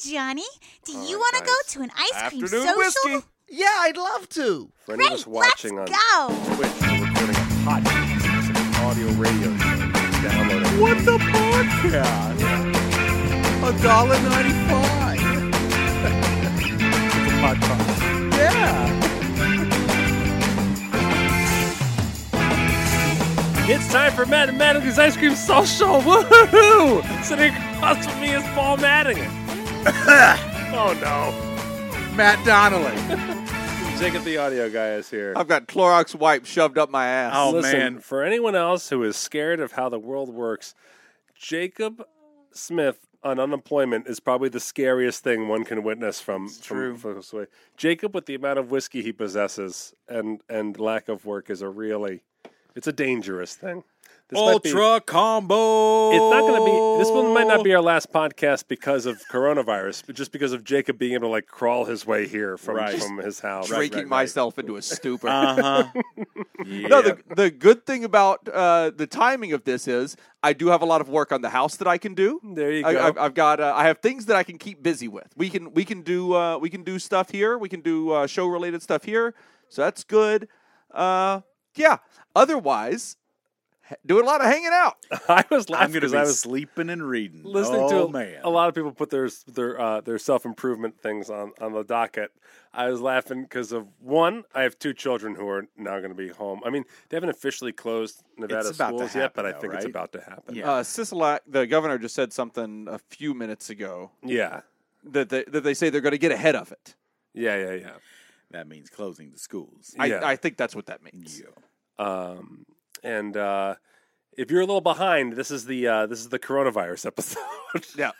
Johnny. Do All you right, want to guys. go to an ice cream Afternoon social? whiskey. Yeah, I'd love to. For anyone Great, who's watching let's on go. Twitch, we're recording a podcast. It's an audio radio show. Just Download it. What the podcast? A dollar ninety-five. It's a podcast. Yeah. It's time for Matt and Madigan's Ice Cream Social. Woohoo! Sitting across from me is Paul Madigan. Oh no! Matt Donnelly. Jacob, the audio guy, is here. I've got Clorox wipe shoved up my ass. Oh Listen, man! For anyone else who is scared of how the world works, Jacob Smith on unemployment is probably the scariest thing one can witness from from, true. from this way. Jacob, with the amount of whiskey he possesses and and lack of work, is a really it's a dangerous thing. This might be- Ultra combo. It's not going to be. This one might not be our Oh. last podcast because of coronavirus, but just because of Jacob being able to like crawl his way here from Right. from his house. Drinking right, right. myself into a stupor. Uh huh. yeah. No, the, the good thing about uh, the timing of this is I do have a lot of work on the house that I can do. There you I, go. I've, I've got uh, I have things that I can keep busy with. We can we can do uh, we can do stuff here. We can do uh, show related stuff here. So that's good. Uh, yeah. Otherwise, ha- doing a lot of hanging out. I was I'm laughing going to because be I was sleeping and reading. listening oh, to a, man. a lot of people put their their uh, their self improvement things on on the docket. I was laughing because of one. I have two children who are now going to be home. I mean, they haven't officially closed Nevada It's about to schools yet, but I happen, think though, it's right? about to happen. Yeah. Uh, Sisolak, the governor, just said something a few minutes ago yeah, that they, that they say they're going to get ahead of it. yeah, yeah, yeah. That means closing the schools. Yeah. I, I think that's what that means. Yeah. Um, and uh, if you're a little behind, this is the uh, this is the coronavirus episode. Yeah.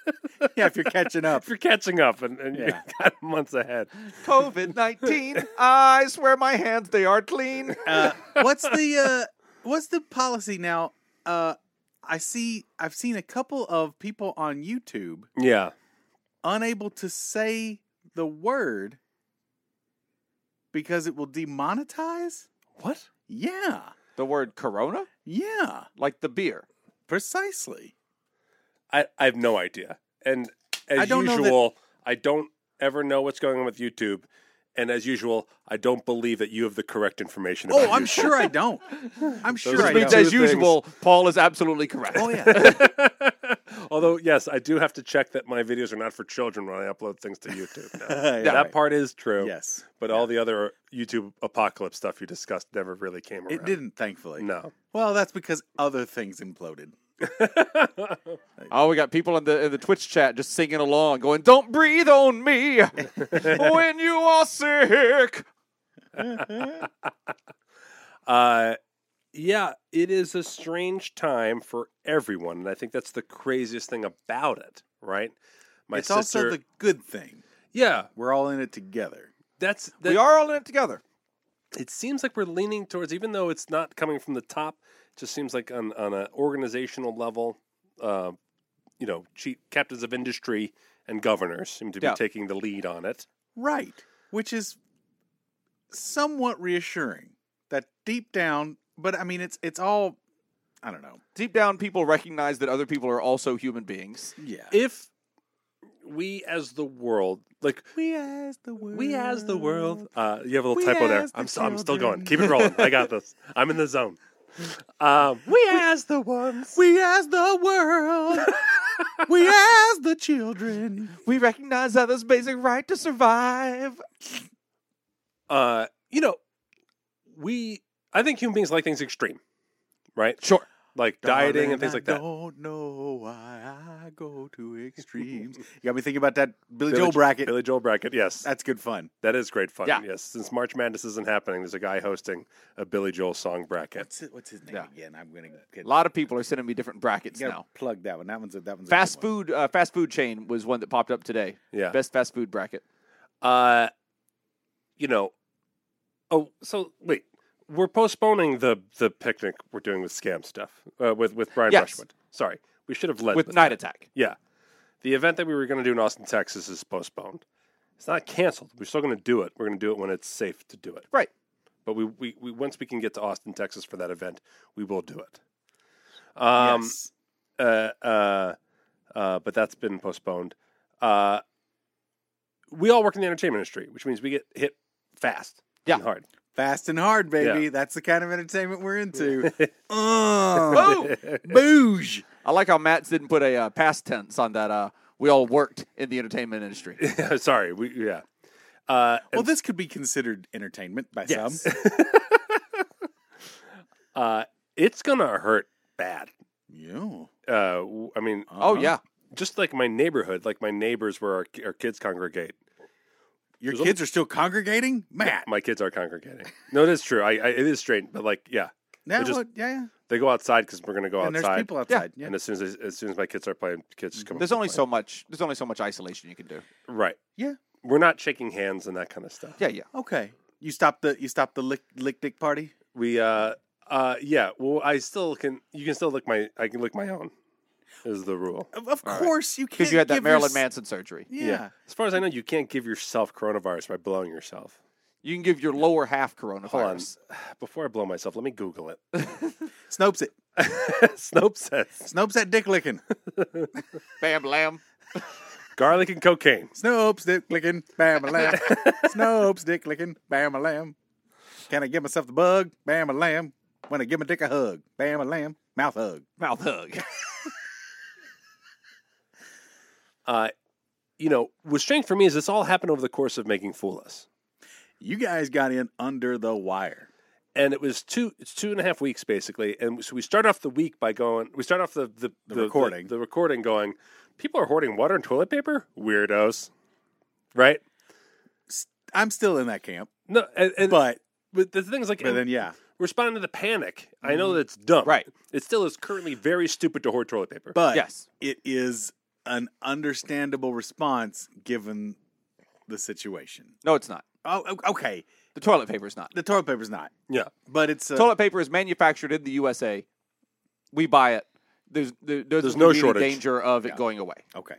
yeah, if you're catching up. if you're catching up and, and Yeah. you've got months ahead, COVID 19. I swear my hands, they are clean. Uh, what's the uh, what's the policy now? Uh, I see. I've seen a couple of people on YouTube yeah, unable to say the word because it will demonetize. what? Yeah. The word corona? Yeah. Like the beer. Precisely. I I have no idea. And as I don't know that- usual, I don't ever know what's going on with YouTube. And as usual, I don't believe that you have the correct information. Oh, about I'm YouTube. sure I don't. I'm sure Which I means Means, don't. know. as Two things. usual, Paul is absolutely correct. Oh yeah. Although, yes, I do have to check that my videos are not for children when I upload things to YouTube. now. Yeah, that right. part is true. Yes. But all the other YouTube apocalypse stuff you discussed never really came around. It didn't, thankfully. No. Well, that's because other things imploded. Oh, we got people in the in the Twitch chat just singing along, going, Don't breathe on me when you are sick. Uh, yeah, it is a strange time for everyone, and I think that's the craziest thing about it, right? My it's also the good thing. yeah. We're all in it together. That's that, We are all in it together. It seems like we're leaning towards, even though it's not coming from the top. It just seems like on on an organizational level, uh, you know, chief, captains of industry and governors seem to be Yeah. taking the lead on it. Right. Which is somewhat reassuring that deep down, but I mean, it's it's all, I don't know. Deep down, people recognize that other people are also human beings. Yeah. If we as the world, like we as the world. We as the world. Uh, you have a little We typo there. as the I'm, so, I'm still going. children. Keep it rolling. I got this. I'm in the zone. Um, we as the ones. We as the world. we as the children. We recognize others' basic right to survive. Uh, you know, we. I think human beings like things extreme, right? Sure. Like dieting and things like I that. don't know why I go to extremes. you got me thinking about that Billy, Billy Joel bracket. Billy Joel bracket. Yes, That's good fun. that is great fun. Yeah. Yes, since March Madness isn't happening, there's a guy hosting a Billy Joel song bracket. What's his, what's his name Yeah. again? I'm gonna get A lot of people are sending me different brackets you gotta now. plug that one. That one's a, that one's a Fast good one. food, uh, fast food chain was one that popped up today. Yeah. Best fast food bracket. Uh, you know. Oh, so wait. We're postponing the the picnic we're doing with scam stuff uh, with with Brian Yes. Brushwood. Sorry, we should have led with with Night that. Attack. Yeah, the event that we were going to do in Austin, Texas, is postponed. It's not canceled. We're still going to do it. We're going to do it when it's safe to do it. Right. But we, we, we once we can get to Austin, Texas for that event, we will do it. Um, Yes. uh, uh, uh, but that's been postponed. Uh, we all work in the entertainment industry, which means we get hit fast, Yeah. and hard. Fast and hard, baby. Yeah. That's the kind of entertainment we're into. uh, Boom! booge. I like how Matt's didn't put a uh, past tense on that. Uh, we all worked in the entertainment industry. Sorry, we yeah. Uh, Well, this could be considered entertainment by Yes. some. uh, it's gonna hurt bad. Yeah. Uh, w- I mean, Oh Uh-huh. yeah, just like my neighborhood, like my neighbors where our, our kids congregate. Your There's kids are still congregating, Matt. My kids are congregating. No, it is true. I, I it is strange, but like yeah, Now just- what? Yeah, yeah. they go outside because we're gonna go And there's outside. people outside. Yeah. And as soon as as soon as my kids start playing, kids just come. up there's and only play. so much. There's only so much isolation you can do. right. Yeah. we're not shaking hands and that kind of stuff. Yeah, yeah. Okay. You stop the you stop the lick lick dick party. We uh uh yeah. Well, I still can. You can still lick my. I can lick my own. Is the rule. Of, of All right. course you can't. Because you had that give Marilyn yours- Manson surgery. Yeah. As far as I know, you can't give yourself coronavirus by blowing yourself. You can give your lower half coronavirus. Hold on. Before I blow myself, let me Google it. Snopes it. Snopes says Snopes that dick licking. Bam, lamb. garlic and cocaine. Snopes dick licking. Bam a lamb. Snopes dick licking. Bam a lamb. Can I give myself the bug? Bam a lamb. When I give my dick a hug. Bam a lamb. Mouth hug. Mouth hug. Uh, you know, what's strange for me is this all happened over the course of making Foolus, You guys got in under the wire. and it was two. It's two and a half weeks basically, and so we start off the week by going. We start off the the, The recording. the, recording going. People are hoarding water and toilet paper. Weirdos, right? I'm still in that camp, No, and, and but, but the thing is like but then yeah. responding to the panic. I know that it's dumb, Right. It still is currently very stupid to hoard toilet paper. But yes. it is an understandable response given the situation. No, it's not. Oh, o- okay. The toilet paper is not. The toilet paper's not, yeah, but it's a, toilet paper is manufactured in the USA. We buy it. There's there, there's, There's no no shortage. danger of it going away. okay.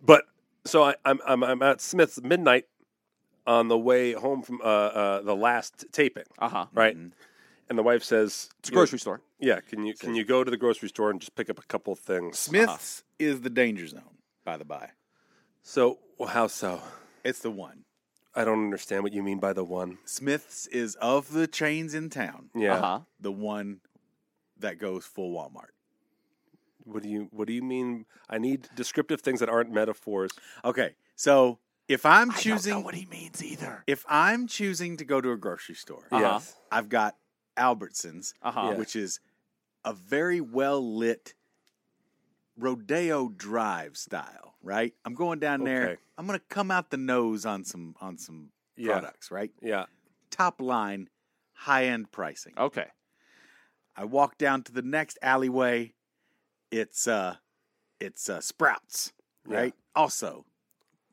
But so I, I'm, I'm I'm at Smith's midnight on the way home from uh, uh, the last taping, Uh huh. right? And the wife says, It's a grocery store. "Yeah, can you can you go to the grocery store and just pick up a couple things?" Smith's is the danger zone. By the by, So well, how so? it's the one. I don't understand what you mean by the one. Smith's is of the chains in town, Yeah. Uh huh. the one that goes full Walmart. What do you What do you mean? I need descriptive things that aren't metaphors. Okay, so if I'm choosing, I don't know what he means either. if I'm choosing to go to a grocery store, Uh-huh. Yes. I've got Albertsons, Uh huh. Yeah. which is a very well lit rodeo drive style, right? I'm going down there. Okay. I'm going to come out the nose on some on some Yeah. products, right? Yeah. Top line, high end pricing. Okay. I walk down to the next alleyway. It's uh it's uh Sprouts, Yeah. right? Also,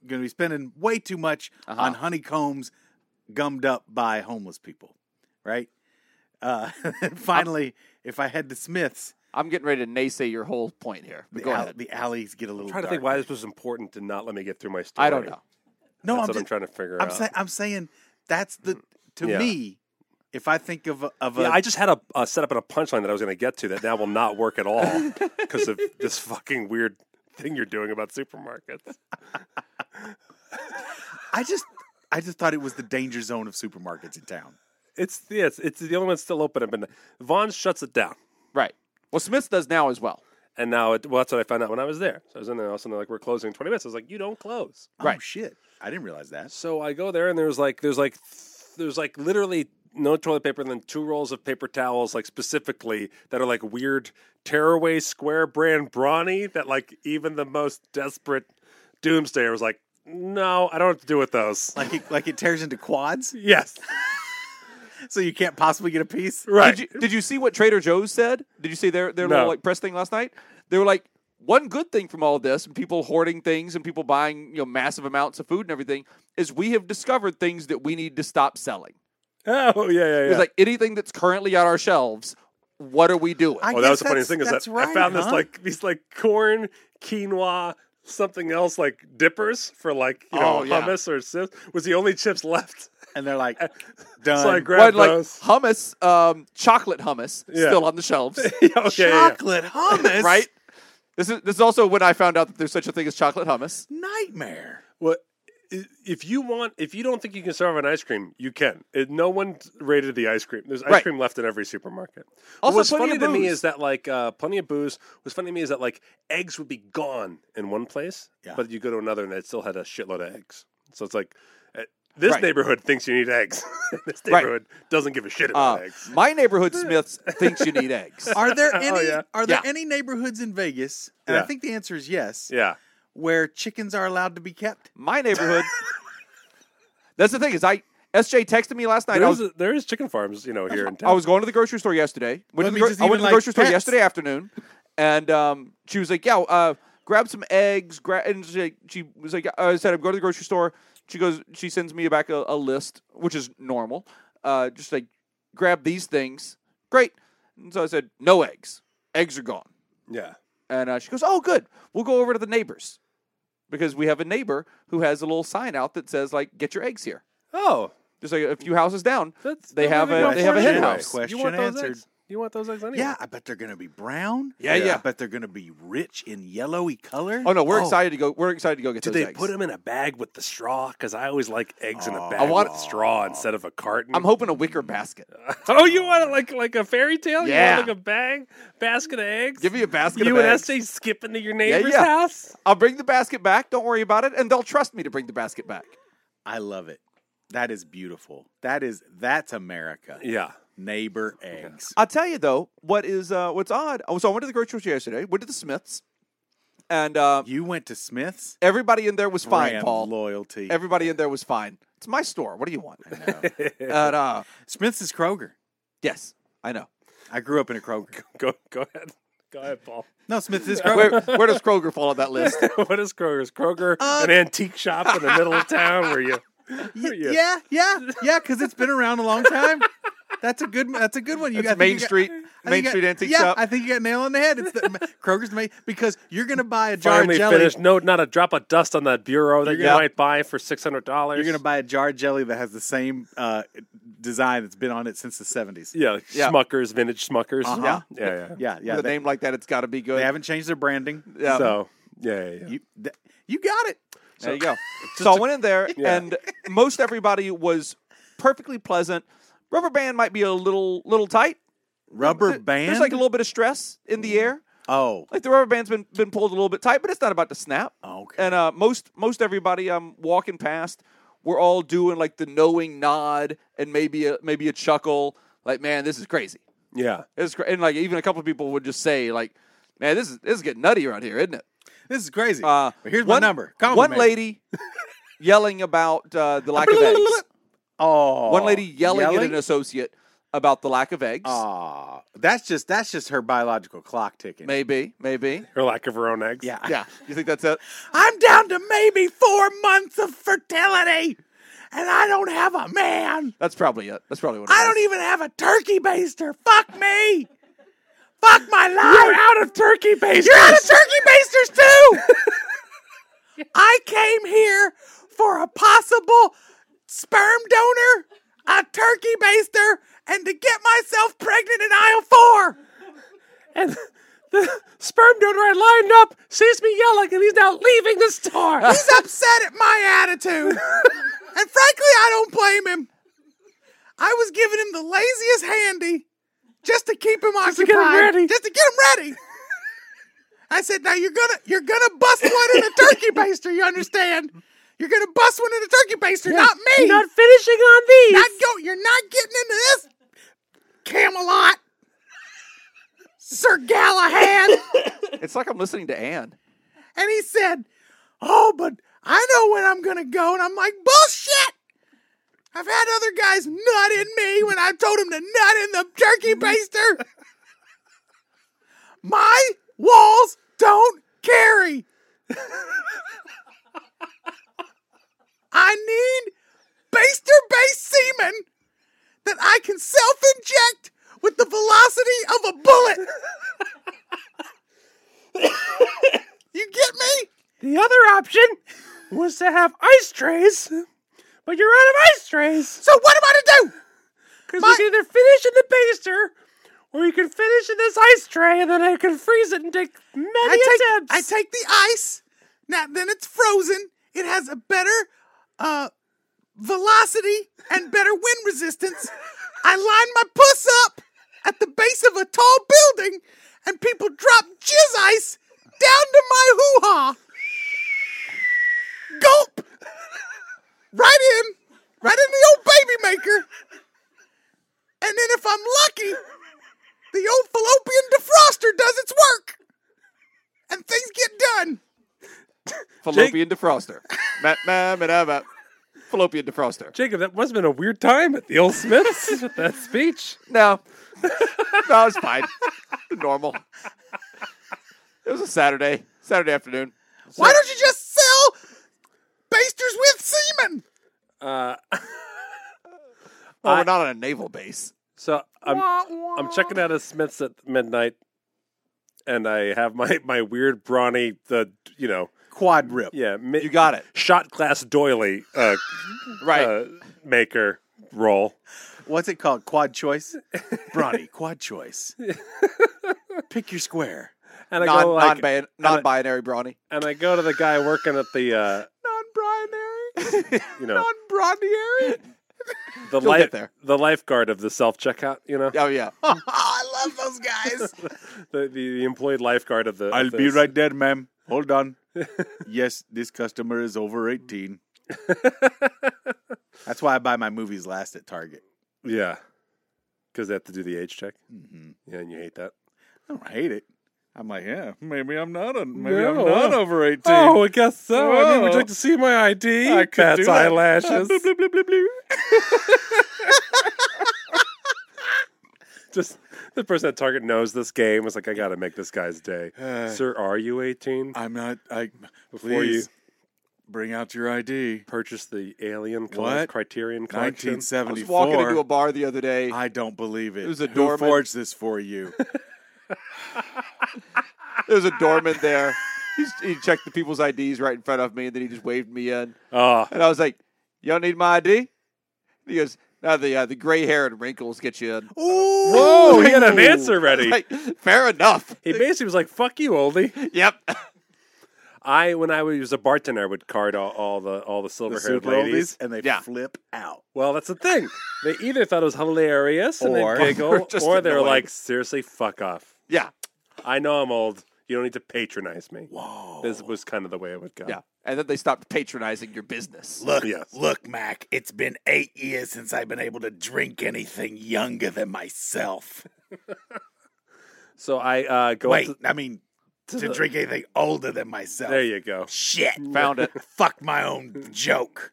going to be spending way too much Uh-huh. on honeycombs gummed up by homeless people, right? Uh finally, if I head to Smith's, I'm getting ready to naysay your whole point here. But the, go al- ahead. the alleys get a little I'm trying to think dark. why this was important to not let me get through my story. I don't know. That's No, I'm what I'm just, trying to figure I'm out. saying I'm saying that's the to Yeah. me if I think of a, of a Yeah, I just had a, a setup and a punchline that I was going to get to that now will not work at all because of this fucking weird thing you're doing about supermarkets. I just I just thought it was the danger zone of supermarkets in town. It's yeah, it's, it's the only one still open. But Vaughn shuts it down, Right. Well, Smith does now as well. and now it, well, that's what I found out when I was there. So I was in there, all of a sudden they're like, "We're closing in 20 minutes." I was like, "You don't close." Oh Right. shit. I didn't realize that. So I go there, and there's like there's like th- there's like literally no toilet paper, and then two rolls of paper towels, like specifically that are like weird tearaway square brand brawny that like even the most desperate doomsdayer was like, "No, I don't have to do with those." Like it, like it tears into quads, Yes. so you can't possibly get a piece. Right. Did you, did you see what Trader Joe's said? Did you see their their No. little like press thing last night? They were like, one good thing from all this and people hoarding things and people buying you know massive amounts of food and everything is we have discovered things that we need to stop selling. oh yeah, yeah, yeah. It's like anything that's currently on our shelves. What are we doing? I oh, that guess was the funniest that's- thing is that's that I right, found this huh? like these like corn quinoa something else like dippers for like you know Oh, yeah. hummus or chips was the only chips left. and they're like, So I done. One, grabbed like those. hummus, um, chocolate hummus, Yeah. still on the shelves, yeah, okay, yeah, yeah. chocolate hummus, right? This is this is also when I found out that there's such a thing as chocolate hummus. Nightmare. Well, i- if you want, if you don't think you can survive on ice cream, you can. It, no one rated the ice cream. There's ice Right. cream left in every supermarket. Also, what's plenty funny of to me booze. is that like uh, plenty of booze. What's funny to me is that like eggs would be gone in one place, Yeah. but you go to another and it still had a shitload of eggs. So it's like. uh, This Right. neighborhood thinks you need eggs. this Right. neighborhood doesn't give a shit Uh, about eggs. my neighborhood Smiths thinks you need eggs. Are there any yeah. are Oh, there Yeah. any neighborhoods in Vegas? And I Yeah. think the answer is yes. Yeah. Where chickens are allowed to be kept. My neighborhood. That's the thing is I SJ texted me last night. I There's, was, there's chicken farms, you know, here in town. I was going to the grocery store yesterday. Went Let to me the gro- just I went even to the like grocery store pets. yesterday afternoon, and um, she was like, "Yeah, uh, grab some eggs." Gra-, and she, she was like, "I said I'm going to the grocery store." She goes, she sends me back a, a list, which is normal. Uh, just like grab these things. Great. And so I said, "No eggs. Eggs are gone." yeah. And uh, she goes, "Oh, good. We'll go over to the neighbors because we have a neighbor who has a little sign out that says like Get your eggs here." Oh, Just like a few houses down, That's They that have would a- be they have helpful a hen anyway. house. Question you want those answered. Eggs? You want those eggs anyway? Yeah, I bet they're gonna be brown. Oh, Yeah, yeah. I bet they're gonna be rich in yellowy color. Oh no, we're excited to go. We're excited to go get Do those they eggs. put them in a bag with the straw? Because I always like eggs in a bag want- with straw instead of a carton. I'm hoping a wicker basket. oh, you want it like like a fairy tale? Yeah. You want like a bag, basket of eggs. Give me a basket. you of and eggs. SJ skip into your neighbor's yeah. house. I'll bring the basket back. Don't worry about it, and they'll trust me to bring the basket back. I love it. That is beautiful. That is that's America. Yeah. Neighbor eggs. I'll tell you though, what is uh, what's odd? Oh, so I went to the grocery store yesterday. Went to the Smiths, and uh, You went to Smith's. everybody in there was fine. Brand Paul, Loyalty. everybody in there was fine. It's my store. What do you want? I know. and uh, Smith's is Kroger. yes, I know. I grew up in a Kroger. Go go ahead. Go ahead, Paul. No, Smith's is Kroger. Where, where does Kroger fall on that list? what is Kroger's? Kroger, Uh, an antique shop in the middle of town where you. where you- Yeah, yeah, yeah, because it's been around a long time. That's a good. That's a good one. You, I It's think Main you got- Street, I think Main you got- Street Antique yeah, Shop. I think you got nail on the head. It's the, Kroger's main because you're gonna buy a jar Finally of jelly. finished. No, not a drop of dust on that bureau that you gonna- might buy for six hundred dollars. You're gonna buy a jar of jelly that has the same uh, design that's been on it since the '70s. Yeah, like Yeah. Smuckers, vintage Smuckers. Uh-huh. Yeah, yeah, yeah. yeah, yeah. With a They, name like that, it's got to be good. they haven't changed their branding. yeah. So, yeah, yeah, yeah. You, th- you got it. There you go. so I went in there, Yeah. and most everybody was perfectly pleasant. Rubber band might be a little little tight. Rubber There- band. There's like a little bit of stress in the air. oh, Like the rubber band's been been pulled a little bit tight, but it's not about to snap. okay. And uh, most most everybody I'm walking past, we're all doing like the knowing nod and maybe a maybe a chuckle. Like, man, this is crazy. yeah. It's cra-. and like even a couple of people would just say like, man, this is this is getting nutty around here, isn't it? this is crazy. Uh, but here's one, my number. Call me, one man. lady yelling about uh, the lack of eggs. Oh, One lady yelling, at an associate about the lack of eggs. Ah, that's just that's just her biological clock ticking. Maybe, maybe. Or lack of her own eggs. Yeah. Yeah. You think that's it? I'm down to maybe four months of fertility, and I don't have a man. That's probably it. That's probably what it I don't was. even have a turkey baster. Fuck me. Fuck my life. You're out of turkey base. You're out of turkey basters too. I came here for a possible sperm donor, a turkey baster, and to get myself pregnant in aisle four. And the sperm donor I lined up sees me yelling and he's now leaving the store. He's upset at my attitude. and frankly, I don't blame him. I was giving him the laziest handy just to keep him occupied. to get him ready. Just to get him ready. I said, now you're gonna you're gonna bust one in a turkey baster, you understand? You're gonna bust one in a turkey baster, not me. You're not finishing on these. Not go you're not getting into this Camelot. Sir Galahad. e-, It's like I'm listening to Anne. And he said, Oh, but I know when I'm going to go. And I'm like, Bullshit! I've had other guys nut in me when I told them to nut in the turkey baster. My walls don't carry. I need baster based semen that I can self inject with the velocity of a bullet. You get me? The other option was to have ice trays, but you're out of ice trays. So, what am I to do? Because My- we can either finish in the baster Or you can finish in this ice tray and then I can freeze it and take many I take, I attempts. take the ice. Now then it's frozen. It has a better uh, velocity and better wind resistance. I line my puss up at the base of a tall building, and people drop jizz ice down to my hoo ha. Gulp! Right in, right in the old baby maker. And then if I'm lucky, the old fallopian defroster does its work and things get done. Fallopian defroster. Ma- ma- ma- ma- ma. Fallopian defroster. Jacob, that must have been a weird time at the old Smiths with that speech. No. no, it's fine. Normal. It was a Saturday, Saturday afternoon. Why don't you just sell basters with semen? Uh, Well, Oh, we're not on a naval base. So I'm I'm checking out a Smith's at midnight, and I have my my weird brawny the you know Quad rip. yeah mi- You got it. shot glass doily uh, Right. uh, maker roll. What's it called? Quad choice? Bronny, quad choice. Pick your square. And I non, go like, non-bi- non-binary brawny. and I go to the guy working at the uh, Non-binary. you know the Non-bronary. You'll life get there. the lifeguard of the self checkout. You know Oh, yeah. I love those guys. the, the the employed lifeguard of the. of I'll the- be right there, ma'am. Hold on. yes, this customer is over 18. That's why I buy my movies last at Target. Yeah, because they have to do the age check. Mm-hmm. Yeah, and you hate that. I don't hate it. I'm like, yeah, maybe I'm not a, maybe No. I'm not over 18. Oh, I guess so. I mean, would Whoa. you like to see my ID? I could That's do that. eyelashes. Bloop, bloop, bloop, bloop, bloop. Just the person at Target knows this game. It's like I got to make this guy's day. Sir, are you 18? I'm not. Uh, I Before you please bring out your ID. purchase the Alien col- What? Criterion collection. 1974. I was walking into a bar the other day. I don't believe it. It was a Who doorman. forged this for you? There's a doorman there. He's, he checked the people's IDs right in front of me, and then he just waved me in. Ah, And I was like, "You don't need my ID." He goes, "Now the uh, the gray hair and wrinkles get you in." Ooh. whoa! He had an answer ready. Like, Fair enough. He basically was like, "Fuck you, oldie." Yep. I, when I was a bartender, I would card all, all the all the The silver-haired super oldies, ladies. and they Yeah. flip out. Well, that's the thing. They either thought it was hilarious and Or- they giggle, just or they're annoyed. like, "Seriously, fuck off." Yeah. I know I'm old. You don't need to patronize me. Whoa. This was kind of the way it would go. Yeah. And then they stopped patronizing your business. Look, Yes. look, Mac, it's been eight years since I've been able to drink anything younger than myself. So I uh, go Wait, up I mean, to, to the- drink anything older than myself. There you go. Shit. Found it. Fuck my own joke.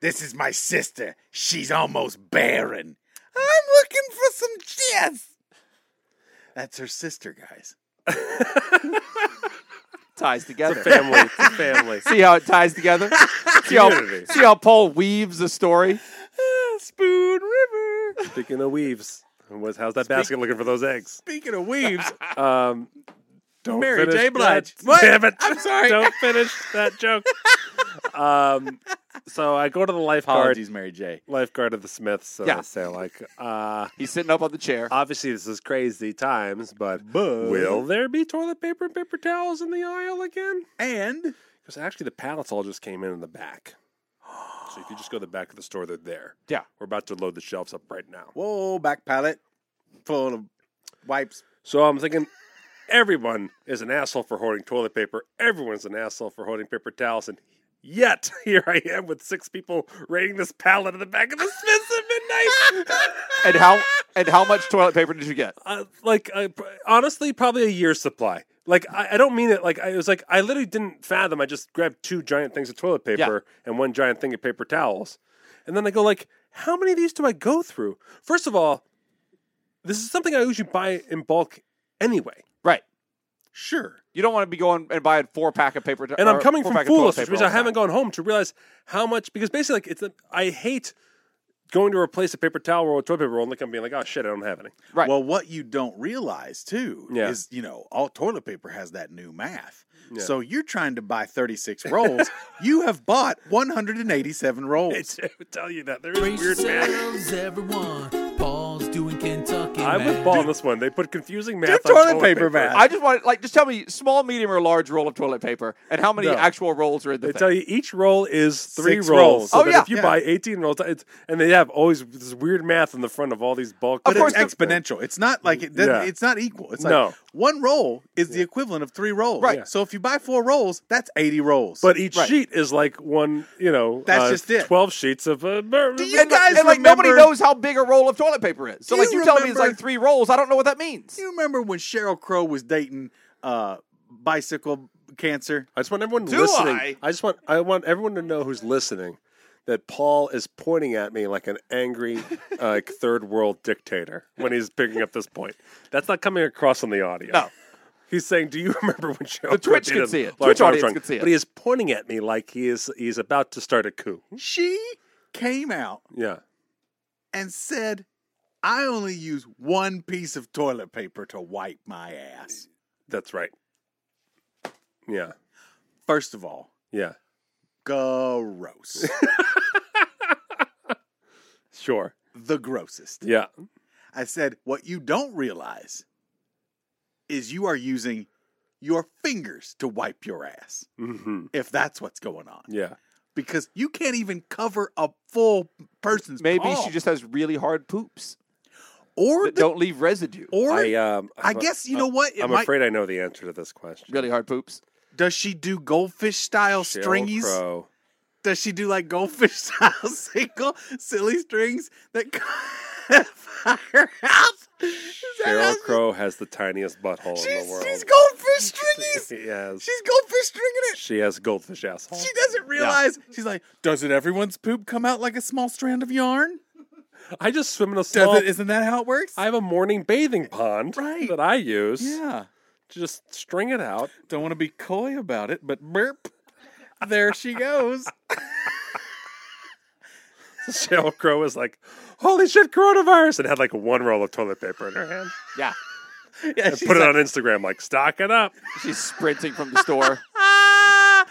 This is my sister. She's almost barren. I'm looking for some jizz. That's her sister, guys. Ties together. Family, it's a family. See how it ties together. see how Community. see how Paul weaves a story. Spoon River. Speaking of weaves, was how's that basket looking for those eggs? Speaking of weaves, Um, don't Mary finish J. Blige. That. What? Damn it! I'm sorry. don't finish that joke. Um, so I go to the lifeguard, Apologies, Mary J. lifeguard of the Smiths. Uh, Yeah. Say like, uh, He's sitting up on the chair. obviously this is crazy times, but But- will there be toilet paper and paper towels in the aisle again? And Because actually, the pallets all just came in in the back. So if you just go to the back of the store, they're there. Yeah. We're about to load the shelves up right now. whoa, back pallet full of wipes. So I'm thinking everyone is an asshole for hoarding toilet paper. Everyone's an asshole for hoarding paper towels. And yet, here I am with six people raiding this pallet in the back of the Smiths at midnight. And how and how much toilet paper did you get? uh, like, uh, pr- honestly, probably a year's supply. Like, I, I don't mean it. Like, I it was like, I literally didn't fathom. I just grabbed two giant things of toilet paper and one giant thing of paper towels. And then I go like, how many of these do I go through? First of all, this is something I usually buy in bulk anyway. Right. Sure. You don't want to be going and buying four pack of paper. and I'm coming from Foolish, which which means I haven't gone home to realize how much because basically like it's a, I hate going to replace a paper towel or a toilet paper roll and like I'm being like oh shit I don't have any. Right. Well, what you don't realize too Yeah. is, you know, all toilet paper has that new math. Yeah. So you're trying to buy 36 rolls. you have bought 187 rolls. I tell you that there is weird math. yourselves, everyone. Paul's doing Kentucky I'm with man. Paul on this one. They put confusing math do on toilet paper math. I just want like just tell me small, medium, or large roll of toilet paper, and how many No. actual rolls are in the They thing. tell you each roll is three Six rolls. rolls. So Oh, that yeah. If you Yeah. buy 18 rolls, it's, and they have always this weird math on the front of all these bulk. Of But course it's the- exponential. It's not like it doesn't, Yeah. it's not equal. It's like No. one roll is the equivalent of three rolls. Right. Yeah. So if you buy four rolls, that's eighty rolls. But each Right. sheet is like one, you know, That's uh, just it. 12 sheets of. Uh, Do you and, like- guys and, like nobody remember- knows how big a roll of toilet paper is. So Do like you you tell me it's remember- like three rolls. I don't know what that means. do you remember when Cheryl Crow was dating uh, bicycle cancer? I just want everyone Do listening. I? just want I want everyone to know who's listening that Paul is pointing at me like an angry, uh, like third world dictator when he's picking up this point. That's not coming across on the audio. No. He's saying, "Do you remember when Cheryl?" The Twitch Crow could dated see it. Lawrence Twitch audience Armstrong? could see it. But he is pointing at me like he is he's about to start a coup. She came out Yeah. and said, I only use one piece of toilet paper to wipe my ass. That's right. Yeah. First of all, Yeah. gross. Sure. the grossest. Yeah. I said, what you don't realize is you are using your fingers to wipe your ass, hmm if that's what's going on. Yeah. Because you can't even cover a full person's Maybe paw. she just has really hard poops or that the, don't leave residue. or I I, um. I'm- guess you know what it I'm might afraid I know the answer to this question. Really hard poops. does she do goldfish style Cheryl stringies? Crow. Does she do like goldfish style single silly strings that fire out? Is that Cheryl how- Crow has the tiniest butthole in She's, the world. she's goldfish stringies. yes. She's goldfish stringing it. She has goldfish asshole. She doesn't realize. She's like, doesn't everyone's poop come out like a small strand of yarn? I just swim in a Does small. it? Isn't that how it works? I have a morning bathing pond Right. that I use yeah. to just string it out. Don't want to be coy about it, but burp. There she goes. Cheryl Crow was like, "Holy shit, coronavirus!" and had like one roll of toilet paper in her hand. Yeah. Yeah, And she's put it like, on Instagram, like, "Stock it up." She's sprinting from the store. ah.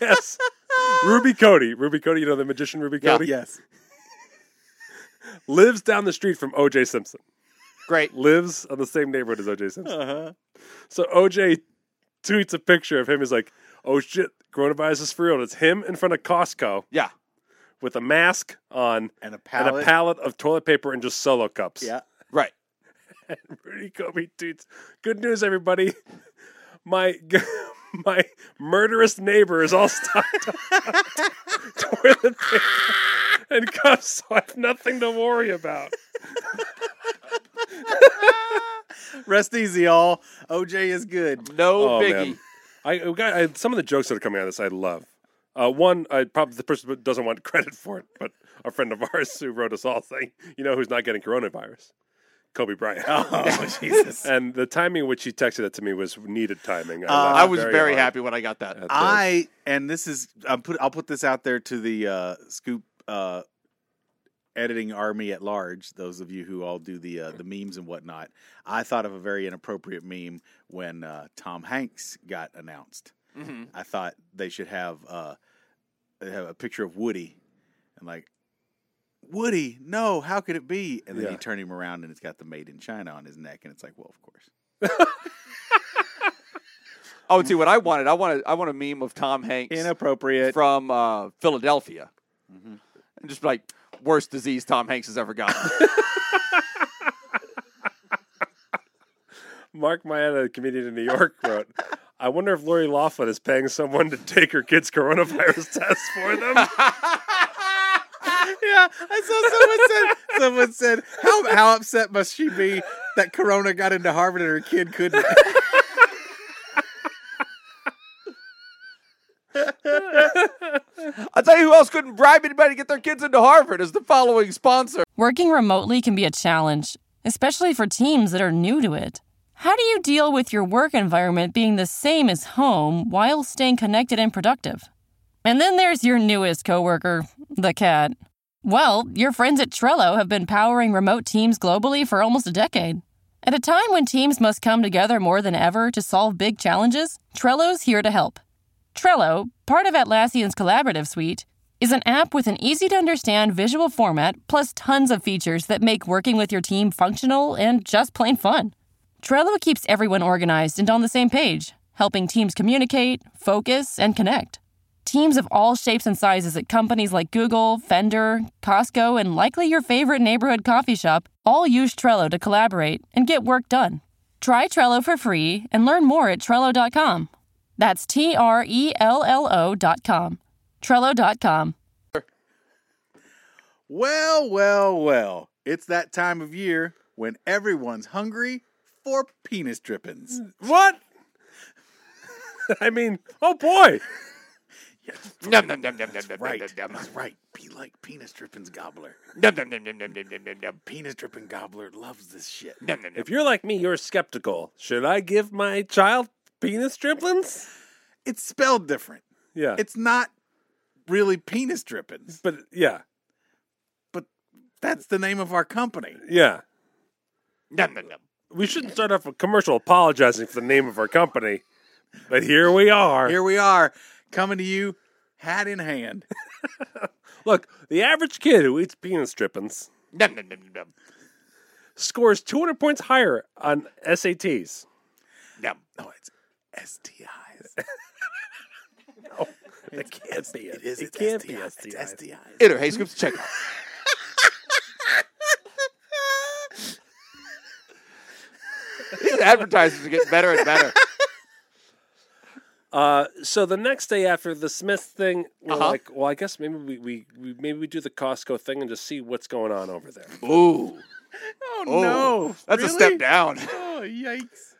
yes. Ruby Cody, Ruby Cody, you know the magician Ruby Yeah. Cody, yes. lives down the street from O.J. Simpson. Great. Lives on the same neighborhood as O.J. Simpson. Uh-huh. So OJ tweets a picture of him. He's like, "Oh shit, coronavirus is for real." And it's him in front of Costco Yeah. with a mask on And a and a pallet of toilet paper and just solo cups. Yeah. Right. Rudy Kobe tweets, "Good news, everybody! My my murderous neighbor is all stocked up on toilet paper and cups, so I have nothing to worry about." Rest easy, all. OJ is good. No Oh, biggie. man. I, I got I, some of the jokes that are coming out of this. I love. Uh, one, I probably the person who doesn't want credit for it, but a friend of ours who wrote us all saying, "You know who's not getting coronavirus? Kobe Bryant." Oh, Jesus. And the timing in which she texted that to me was needed timing. I, laughed Uh, I was very, hard happy when I got that. at this. I and this is I put I'll put this out there to the uh, scoop uh, editing army at large. Those of you who all do the uh, the memes and whatnot. I thought of a very inappropriate meme when uh, Tom Hanks got announced. Mhm. I thought they should have uh, they have a picture of Woody and like Woody. No, how could it be? And then Yeah. you turn him around and it's got the made in China on his neck, and it's like, well, of course. Oh, and see what I wanted. I wanted. I want a meme of Tom Hanks Inappropriate. from uh, Philadelphia, Mm-hmm. and just be like worst disease Tom Hanks has ever gotten. Mark Maeda, a comedian in New York, wrote, "I wonder if Lori Laughlin is paying someone to take her kids' coronavirus test for them." Yeah, I saw someone said someone said how how upset must she be that Corona got into Harvard and her kid couldn't. I tell you who else couldn't bribe anybody to get their kids into Harvard is the following sponsor. Working remotely can be a challenge, especially for teams that are new to it. How do you deal with your work environment being the same as home while staying connected and productive? And then there's your newest coworker, the cat. Well, your friends at Trello have been powering remote teams globally for almost a decade. At a time when teams must come together more than ever to solve big challenges, Trello's here to help. Trello, part of Atlassian's collaborative suite, is an app with an easy to understand visual format plus tons of features that make working with your team functional and just plain fun. Trello keeps everyone organized and on the same page, helping teams communicate, focus, and connect. Teams of all shapes and sizes at companies like Google, Fender, Costco, and likely your favorite neighborhood coffee shop all use Trello to collaborate and get work done. Try Trello for free and learn more at Trello.com. That's T R E L L O.com. Trello.com. Well, well, well. It's that time of year when everyone's hungry for penis drippings. What? I mean, oh boy. Num num num num num num Right. num That's right. Be like penis drippings gobbler. num num num num num num num num num Penis dripping gobbler loves this shit. num num num. If you're like me, you're skeptical. Should I give my child penis triplets? It's spelled different. Yeah. It's not really penis drippings, but yeah. but that's the name of our company. Yeah. Num num num. We shouldn't start off a commercial apologizing for the name of our company. But here we are. Here we are, coming to you hat in hand. Look, the average kid who eats penis trippings Num num num num num. scores 200 points higher on SATs. Num. No, it's STIs. no, it can't be. It is. it it's can't be STIs. It's STIs. STIs. Enter Hey Scoops check out. These advertisers are getting better and better. Uh, so the next day after the Smith thing, we're like, well, I guess maybe we, we, we maybe we do the Costco thing and just see what's going on over there. Ooh, Oh, Oh, no! that's a step down. Oh yikes!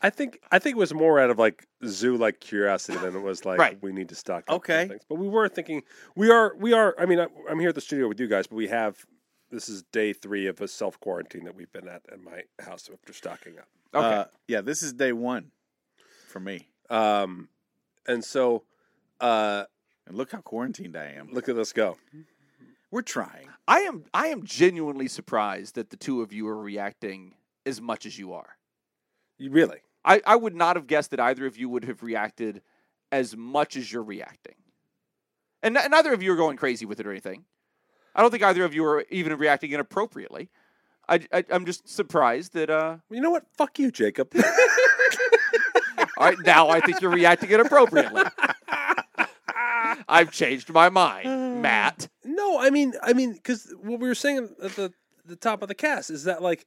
I think I think it was more out of like zoo like curiosity than it was like Right. we need to stock up. on Okay. things. but we were thinking we are we are. I mean, I, I'm here at the studio with you guys, but we have this is day three of a self quarantine that we've been at at my house after stocking up. Okay. Uh, yeah, this is day one for me. Um, and so uh, And look how quarantined I am. look Look, at us go. we're trying. I am I am genuinely surprised that the two of you are reacting as much as you are. You really? I, I would not have guessed that either of you would have reacted as much as you're reacting. And, n- neither of you are going crazy with it or anything. I don't think either of you are even reacting inappropriately. I, I, am just surprised that. Uh, You know what? Fuck you, Jacob. all right, now I think you're reacting inappropriately. I've changed my mind, Matt. No, I mean, I mean, because what we were saying at the the top of the cast is that like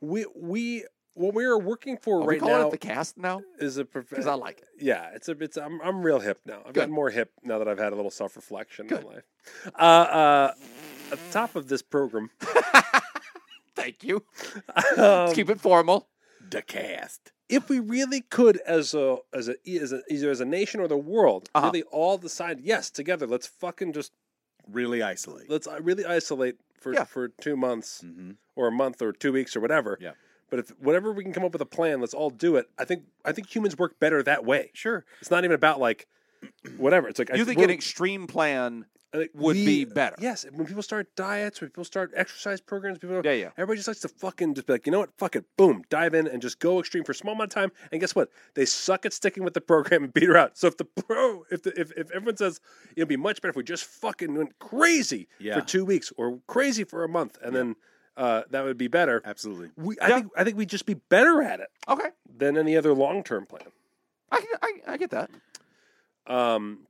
we we what we are working for Are we right calling now it the cast now? is a Because prof- I like it. yeah, it's a it's I'm I'm real hip now. I've Good. gotten more hip now that I've had a little self reflection in life. Uh, uh, at the top of this program, Thank you. um, Let's keep it formal. Decast. if we really could, as a as a, e, as a either as a nation or the world, Uh-huh. really all decide yes together. Let's fucking just Really isolate. let's really isolate for Yeah. for two months. Mm-hmm. or a month or two weeks or whatever. Yeah. But if whatever we can come up with a plan, let's all do it. I think I think humans work better that way. Sure. It's not even about like whatever. It's like I- You think we're- an extreme plan I think would we- be better? Yes. When people start diets, when people start exercise programs, people Yeah, yeah. everybody just likes to fucking just be like, you know what? Fuck it. Boom. Dive in and just go extreme for a small amount of time. And guess what? They suck at sticking with the program and beat her out. So if the pro if the, if, if everyone says it'd be much better if we just fucking went crazy Yeah. for two weeks or crazy for a month and then uh, that would be better. Absolutely. We, I think I think we'd just be better at it Okay. than any other long term plan. I, can- I, I get that. Um,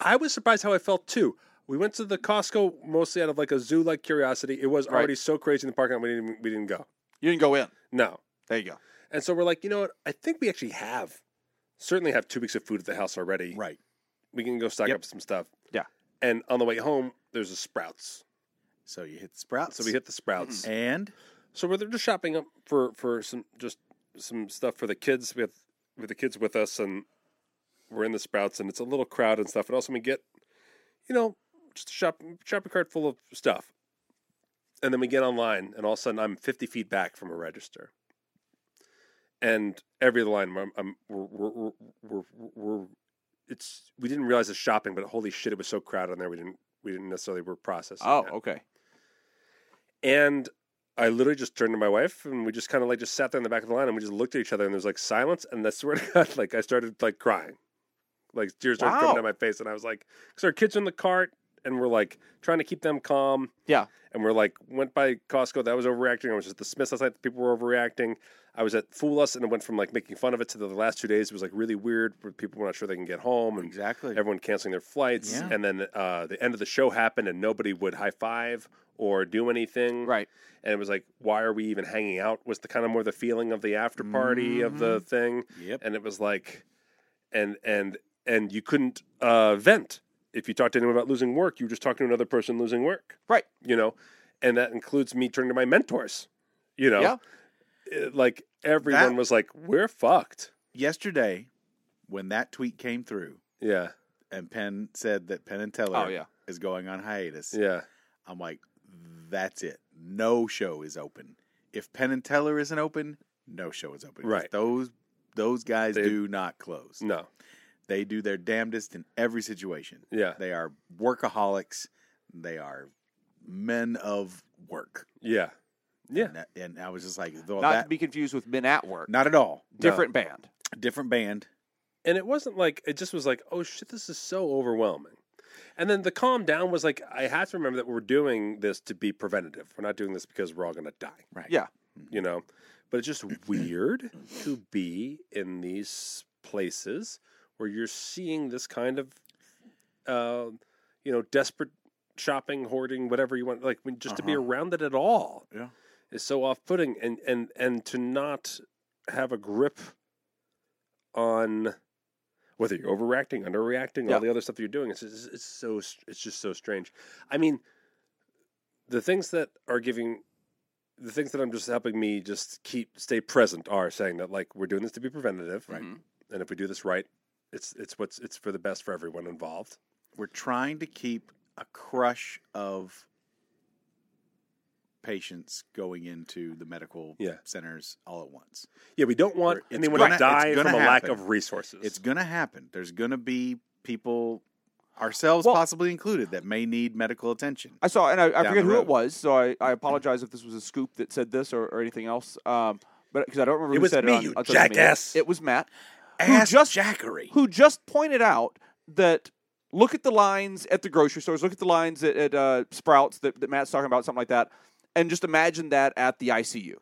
I was surprised how I felt too. We went to the Costco mostly out of like a zoo like curiosity. It was Right. already so crazy in the parking lot we didn't even- we didn't go. You didn't go in. No, There you go. and so we're like, you know what? I think we actually have certainly have two weeks of food at the house already. Right. We can go stock Yep. up some stuff. Yeah. And on the way home, there's a Sprouts. So you hit sprouts. So we hit the Sprouts. and So we're there just shopping up for for some just some stuff for the kids with with the kids with us, and we're in the Sprouts, and it's a little crowd and stuff. And also we get, you know, just a shop shopping cart full of stuff, and then we get online, and all of a sudden I'm 50 feet back from a register, and every line I'm, I'm we're, we're, we're, we're, we're it's we didn't realize it's shopping, but holy shit, it was so crowded in there. We didn't we didn't necessarily were processing. Oh, that. okay. And I literally just turned to my wife and we just kind of like just sat there in the back of the line and we just looked at each other and there was like silence. And I swear to God, like I started like crying. Like tears started Wow. coming down my face. And I was like, because our kids are in the cart and we're like trying to keep them calm. Yeah. And we're like, went by Costco, that was overreacting. I was just dismissed last night, people were overreacting. I was at Fool Us, and it went from like making fun of it to the last two days. It was like really weird where people were not sure they can get home and Exactly. everyone canceling their flights. Yeah. And then uh, the end of the show happened, and nobody would high five or do anything. Right. And it was like, why are we even hanging out? Was the kind of more the feeling of the after party of the Mm-hmm. thing. Yep. And it was like, and and and you couldn't uh, vent if you talked to anyone about losing work. You were just talking to another person losing work. Right. You know, and that includes me turning to my mentors. You know, Yeah. It- like everyone That- was like, we're fucked. Yesterday, when that tweet came through, Yeah. and Penn said that Penn and Teller Oh, yeah. is going on hiatus, Yeah. I'm like, that's it. No show is open. If Penn and Teller isn't open, no show is open. 'Cause Right. Those those guys They- Mm. do not close. No. They do their damnedest in every situation. Yeah. They are workaholics. They are men of work. Yeah. Yeah. And, that- and I was just like, well, Not that, to be confused with Men at Work. not at all. Different band. Different band. and it wasn't like it just was like oh shit this is so overwhelming and then the calm down was like i have to remember that we're doing this to be preventative we're not doing this because we're all going to die Right. Yeah. you know but it's just weird to be in these places where you're seeing this kind of uh, you know desperate shopping hoarding whatever you want like when, just to be around it at all Yeah. is so off-putting and and and to not have a grip on whether you're overreacting, underreacting, Yeah. all the other stuff that you're doing. It's it's, it's so str- it's just so strange. I mean, the things that are giving. The things that I'm just helping me just keep stay present are saying that like we're doing this to be preventative, Mm-hmm. Right. Mhm. And if we do this right, it's it's what's it's for the best for everyone involved. We're trying to keep a crush of patients going into the medical Yeah. centers all at once. Yeah, we don't want We're- it's anyone gonna- to it's die from gonna a lack happen. of resources. It's going to happen. There's going to be people, ourselves Well- Uh, possibly included, that may need medical attention. I saw, and I, I Down forget the who it road. was, so I, I apologize if this was a scoop that said this or, or anything else. Um, but because I don't remember It who was said me, it on, you on social media. jackass. It was Matt, Ask who just Jackery. who just pointed out that look at the lines at the grocery stores, look at the lines at, at uh, Sprouts that, that Matt's talking about, something like that, and just imagine that at the ICU.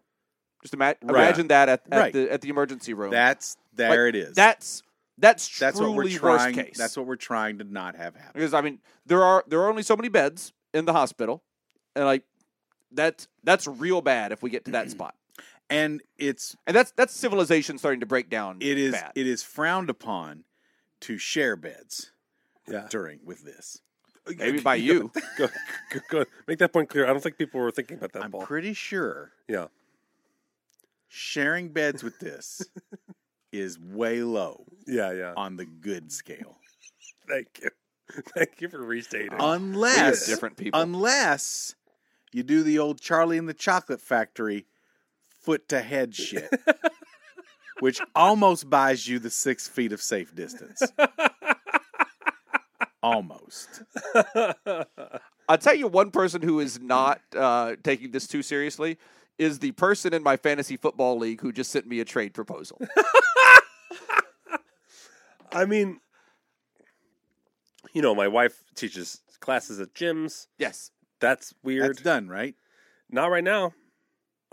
Just ima- imagine that at, at Right. the at the emergency room. That's there it is. That's that's that's truly what we're worst trying. case. That's what we're trying to not have happen. because I mean there are there are only so many beds in the hospital, and like that's that's real bad if we get to that spot, And it's and that's that's civilization starting to break down. it is bad. it is frowned upon to share beds yeah, during with this. maybe by you. go, go, go- make that point clear. I don't think people were thinking about that. I'm Paul. pretty sure yeah, sharing beds with this is way low yeah, yeah. on the good scale. Thank you, thank you for restating. Unless different people. Unless you do the old Charlie and the Chocolate Factory foot to head shit, which almost buys you the six feet of safe distance. almost. I'll tell you one person who is not uh, taking this too seriously is the person in my fantasy football league who just sent me a trade proposal. I mean, you know, my wife teaches classes at gyms. yes, That's weird. That's done, right? Not right now.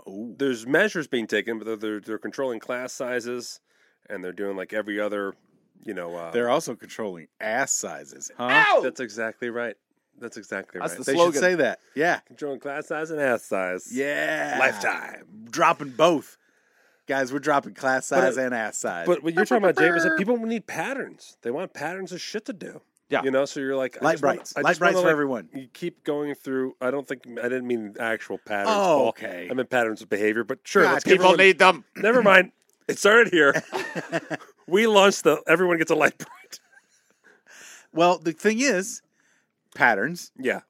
Oh, There's measures being taken, but they're they're, they're controlling class sizes, and they're doing like every other, you know. Uh, they're also controlling ass sizes, huh? that's exactly right. That's exactly That's right. the They slogan. should say that. Yeah, controlling class size and ass size. yeah. Lifetime. dropping both, guys. We're dropping class But, uh, size and ass size. But what you're talking about, Dave, is that people need patterns. They want patterns of shit to do. Yeah. You know, so you're like I Light just wanna- brights. I Light just wanna, brights for like, everyone. You keep going through. I don't think I didn't mean actual patterns. Oh, Paul. okay. I meant patterns of behavior. But sure, God, let's keep People everyone- need them. Never mind. It started here. we launched the. Everyone gets a light bright. well, the thing is, patterns. Yeah.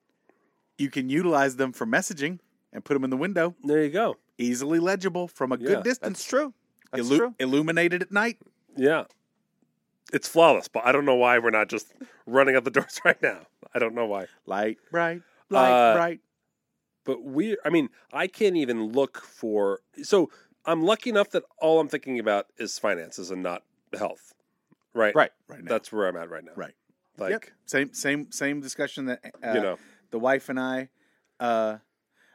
You can utilize them for messaging and put them in the window. There you go. easily legible from a Yeah, good distance. that's true. That's Illu- true. Illuminated at night. Yeah. It's flawless, but I don't know why we're not just running out the doors right now. I don't know why. Light bright, light Uh, bright. but we i mean i can't even look for so i'm lucky enough that all i'm thinking about is finances and not health right Right. Right now. that's where i'm at right now Right. Like, yep. Same same same discussion that uh, You know. the wife and I. Uh,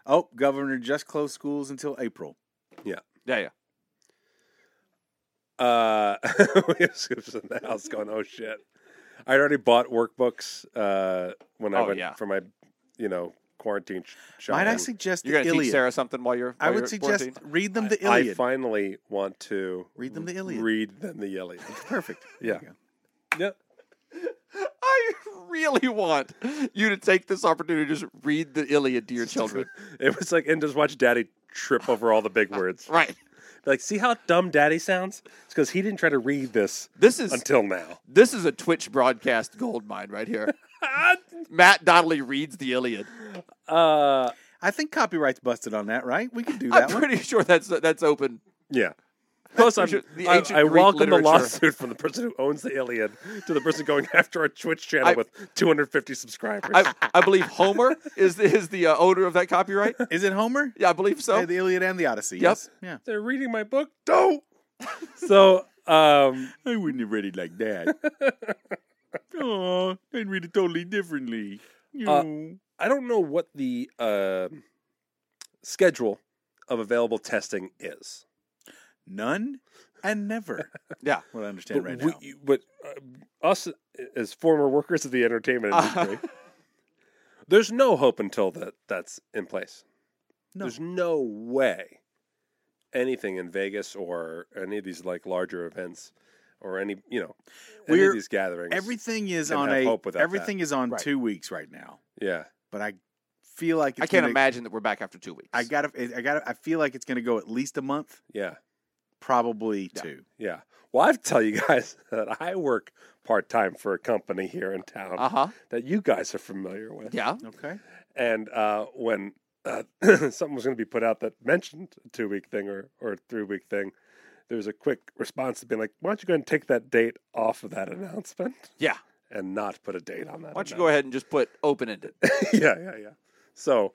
oh, governor just closed schools until April. Yeah, yeah. Uh, we have scoops in the house going, oh shit. I'd already bought workbooks uh, when I Oh, went yeah. for my, you know, quarantine sh- shopping. Might I suggest You're the gonna teach Iliad? Sarah something while you're. I while would you're suggest quarantined? read them the I Iliad. finally want to Read them the Iliad. Read them the Iliad. Perfect. Yeah. Yep. I really want you to take this opportunity to just read the Iliad to your children. It was like, and just watch Daddy trip over all the big words. right. Like, see how dumb Daddy sounds? It's because he didn't try to read this This is until now. this is a Twitch broadcast gold mine right here. Matt Donnelly reads the Iliad. Uh, I think copyright's busted on that, right? We can do I'm that one. pretty sure that's that's open. yeah. Plus, I'm, pretty sure the I, ancient I Greek welcome the literature- lawsuit from the person who owns the Iliad to the person going after our Twitch channel I- with 250 subscribers. I, I believe Homer is the, is the uh, owner of that copyright. Is it Homer? Yeah, I believe so. Yeah, the Iliad and the Odyssey. Yep. yes. Yeah. They're reading my book. Don't. so, um, I wouldn't have read it like that. oh, I'd read it totally differently. You Uh, know. I don't know what the uh, schedule of available testing is. None and never. Yeah. What I understand right we- now. you- but uh, us as former workers of the entertainment Uh-huh. industry, there's no hope until that that's in place. No. There's no way anything in Vegas or any of these like larger events or any you know any We're- of these gatherings. Everything is can on have a hope without that. everything is on Right. two weeks right now. yeah, But I feel like it's I can't gonna- imagine that we're back after two weeks. I gotta I gotta I feel like it's gonna go at least a month, yeah, probably two. yeah. Well, I've tell you guys that I work part time for a company here in town Ah. Uh huh. that you guys are familiar with. Yeah. Okay. And uh, when uh, something was going to be put out that mentioned a two week thing or, or a three week thing, there was a quick response to being like, why don't you go ahead and take that date off of that announcement Yeah. and not put a date on that? Why don't you go ahead and just put open ended announcement?" yeah, yeah, yeah. So,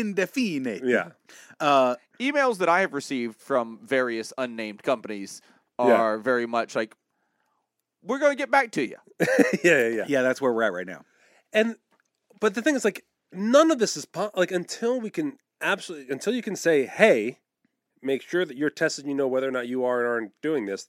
Indefinite. yeah. Uh emails that I have received from various unnamed companies Yeah. are very much like we're going to get back to you. yeah, yeah, yeah. yeah, that's where we're at right now. And, but the thing is, like, none of this is po- like until we can absolutely, until you can say, hey, make sure that you're tested, you know whether or not you are or aren't doing this.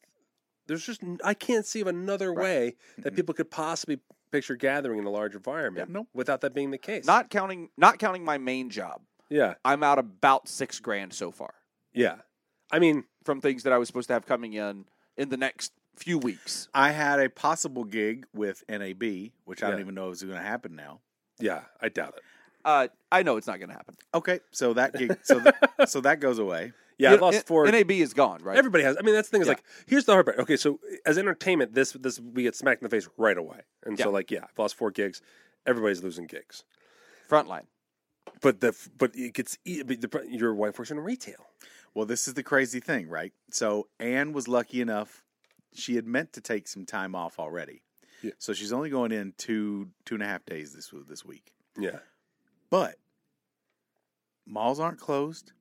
There's just, n- I can't see of another way that Mm-hmm. people could possibly picture gathering in a large environment Nope. without that being the case. Not counting not counting my main job. yeah, I'm out about 6 grand so far yeah. I mean, from things that I was supposed to have coming in in the next few weeks. I had a possible gig with NAB, which I don't Yeah. even know is going to happen now. yeah, I doubt it. Uh, I know it's not going to happen. Okay, so that gig, so th- so that goes away. Yeah, I You know, lost N- four. NAB is gone, right? Everybody has. I mean, that's the thing is Yeah. like, here's the hard part. Okay, so as entertainment, this this we get smacked in the face right away, and so Yeah. like, yeah, I've lost four gigs. Everybody's losing gigs. Frontline. But the but it gets e- but the, pr- your wife works in retail. Well, this is the crazy thing, right? So Anne was lucky enough; she had meant to take some time off already, Yeah. so she's only going in two two and a half days this this week. Yeah, But malls aren't closed,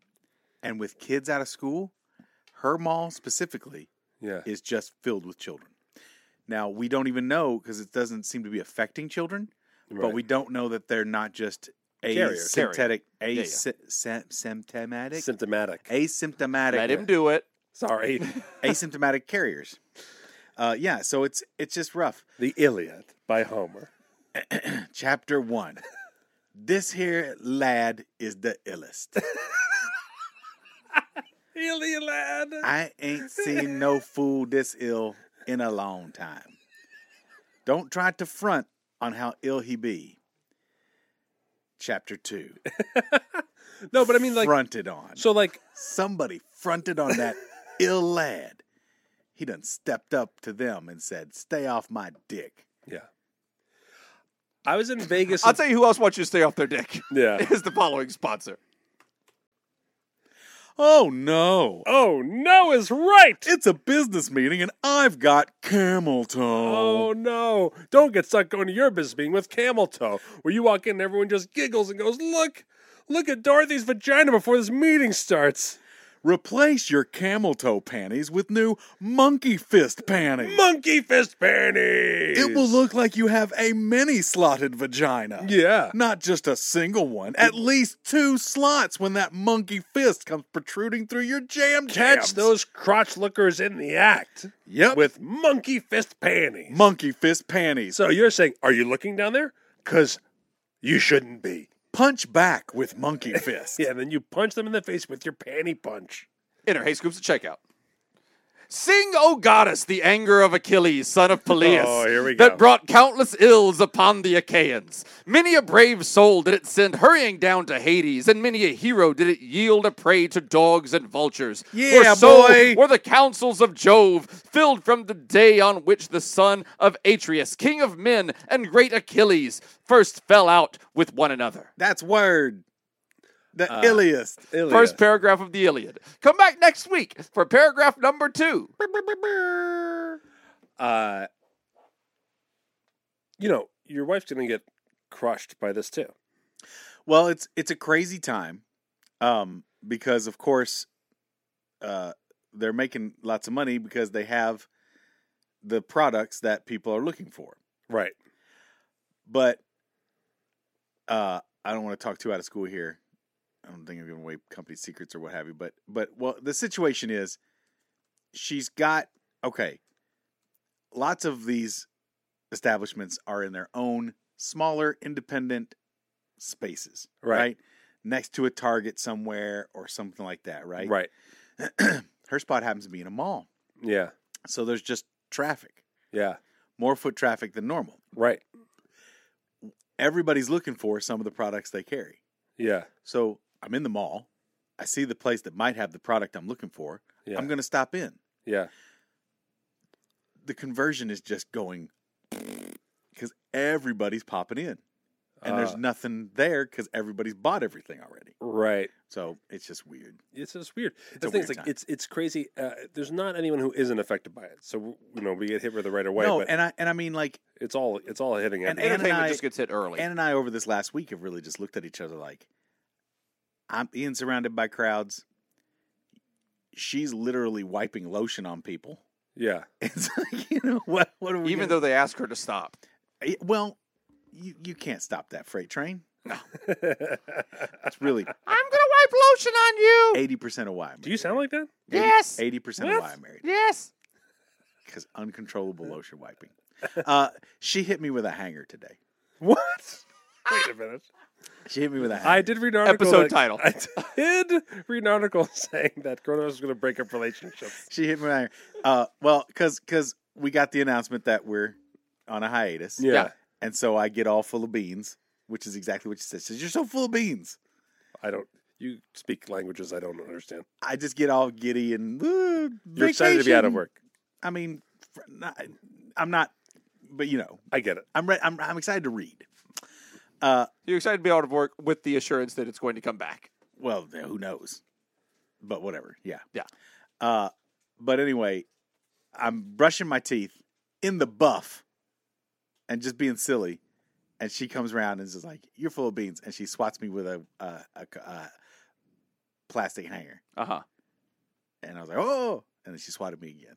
and with kids out of school, her mall specifically yeah, is just filled with children. Now we don't even know because it doesn't seem to be affecting children. but Right. we don't know that they're not just Carrier, asymptotic, yeah. asymptomatic, symptomatic. asymptomatic, Let him do it. Sorry, asymptomatic carriers. Uh, yeah, so it's it's just rough. the Iliad by Homer. Chapter one. This here lad is the illest. Iliad. I ain't seen no fool this ill in a long time. Don't try to front on how ill he be. Chapter two. No, but I mean like, fronted on. so like, somebody fronted on that ill lad. He done stepped up to them and said, "Stay off my dick." yeah. I was in Vegas. I'll tell you who else wants you to stay off their dick. yeah. Is the following sponsor. Oh no! Oh no, is right. It's a business meeting, and I've got camel toe. Oh no! Don't get stuck going to your business meeting with camel toe, where you walk in and everyone just giggles and goes, "Look, look at Dorothy's vagina before this meeting starts." Replace your camel toe panties with new monkey fist panties. Monkey fist panties. it will look like you have a mini slotted vagina. Yeah. Not just a single one, at least two slots when that monkey fist comes protruding through your jam Catch jams. those crotch lookers in the act Yep. with monkey fist panties. monkey fist panties. so you're saying, are you looking down there? Because you shouldn't be. Punch back with monkey fist. Yeah, and then you punch them in the face with your panty punch. Enter Haste Groups at checkout. Sing, O goddess, the anger of Achilles, son of Peleus, Oh, here we go. that brought countless ills upon the Achaeans. Many a brave soul did it send hurrying down to Hades, and many a hero did it yield a prey to dogs and vultures. Yeah, For so boy. were the counsels of Jove, filled from the day on which the son of Atreus, king of men, and great Achilles, first fell out with one another. That's word. The Uh, illiest. First paragraph of the Iliad. Come back next week for paragraph number two. Uh, you know, your wife's going to get crushed by this too. Well, it's it's a crazy time, um, because of course, uh, they're making lots of money because they have the products that people are looking for. Right. But uh, I don't want to talk too out of school here. I don't think I'm giving away company secrets or what have you. But but well, the situation is, she's got okay. Lots of these establishments are in their own smaller, independent spaces, Right. Next to a Target somewhere or something like that, right? Right. Her spot happens to be in a mall, Yeah. so there's just traffic, Yeah. more foot traffic than normal. Right. Everybody's looking for some of the products they carry. Yeah. So I'm in the mall. I see the place that might have the product I'm looking for. Yeah. I'm going to stop in. Yeah. The conversion is just going because everybody's popping in and there's Uh, nothing there because everybody's bought everything already. right. So it's just weird. It's just weird. a the thing weird is, like, time. it's it's crazy. Uh, there's not anyone who isn't affected by it. So you know, we get hit with it right away. no, but and I and I mean like it's all it's all hitting. and everyone. Ann and Entertainment I just gets hit early. Ann and I over this last week have really just looked at each other like I'm being surrounded by crowds. She's literally wiping lotion on people. yeah. It's like you know what? What are we even gonna though they ask her to stop. Eh, Well, you, you can't stop that freight train. It's really I'm gonna wipe lotion on you. eighty percent of why. I'm Do you sound like that? Yes. Eighty percent of why I'm married Yes. because uncontrollable lotion wiping. Uh, she hit me with a hanger today. What? Wait a minute. She hit me with a hanger. I did read an article. that- Episode title. I did read an article saying that Kronos was going to break up relationships. She hit me with a hanger. Uh, well, because because we got the announcement that we're on a hiatus. Yeah. and so I get all full of beans, which is exactly what she said. She says, "You're so full of beans." I don't. You speak languages I don't understand. I just get all giddy and "Woo, You're excited to be out of vacation." work. I mean, fr- not, I'm not, but you know, I get it. I'm re- I'm I'm excited to read. You're excited to be out of work with the assurance that it's going to come back. Well, th- who knows? But whatever. Yeah. Yeah. Uh, but anyway, I'm brushing my teeth in the buff and just being silly. And she comes around and is just like, You're full of beans. And she swats me with a, a, a, a plastic hanger. Uh huh. And I was like, Oh. And then she swatted me again.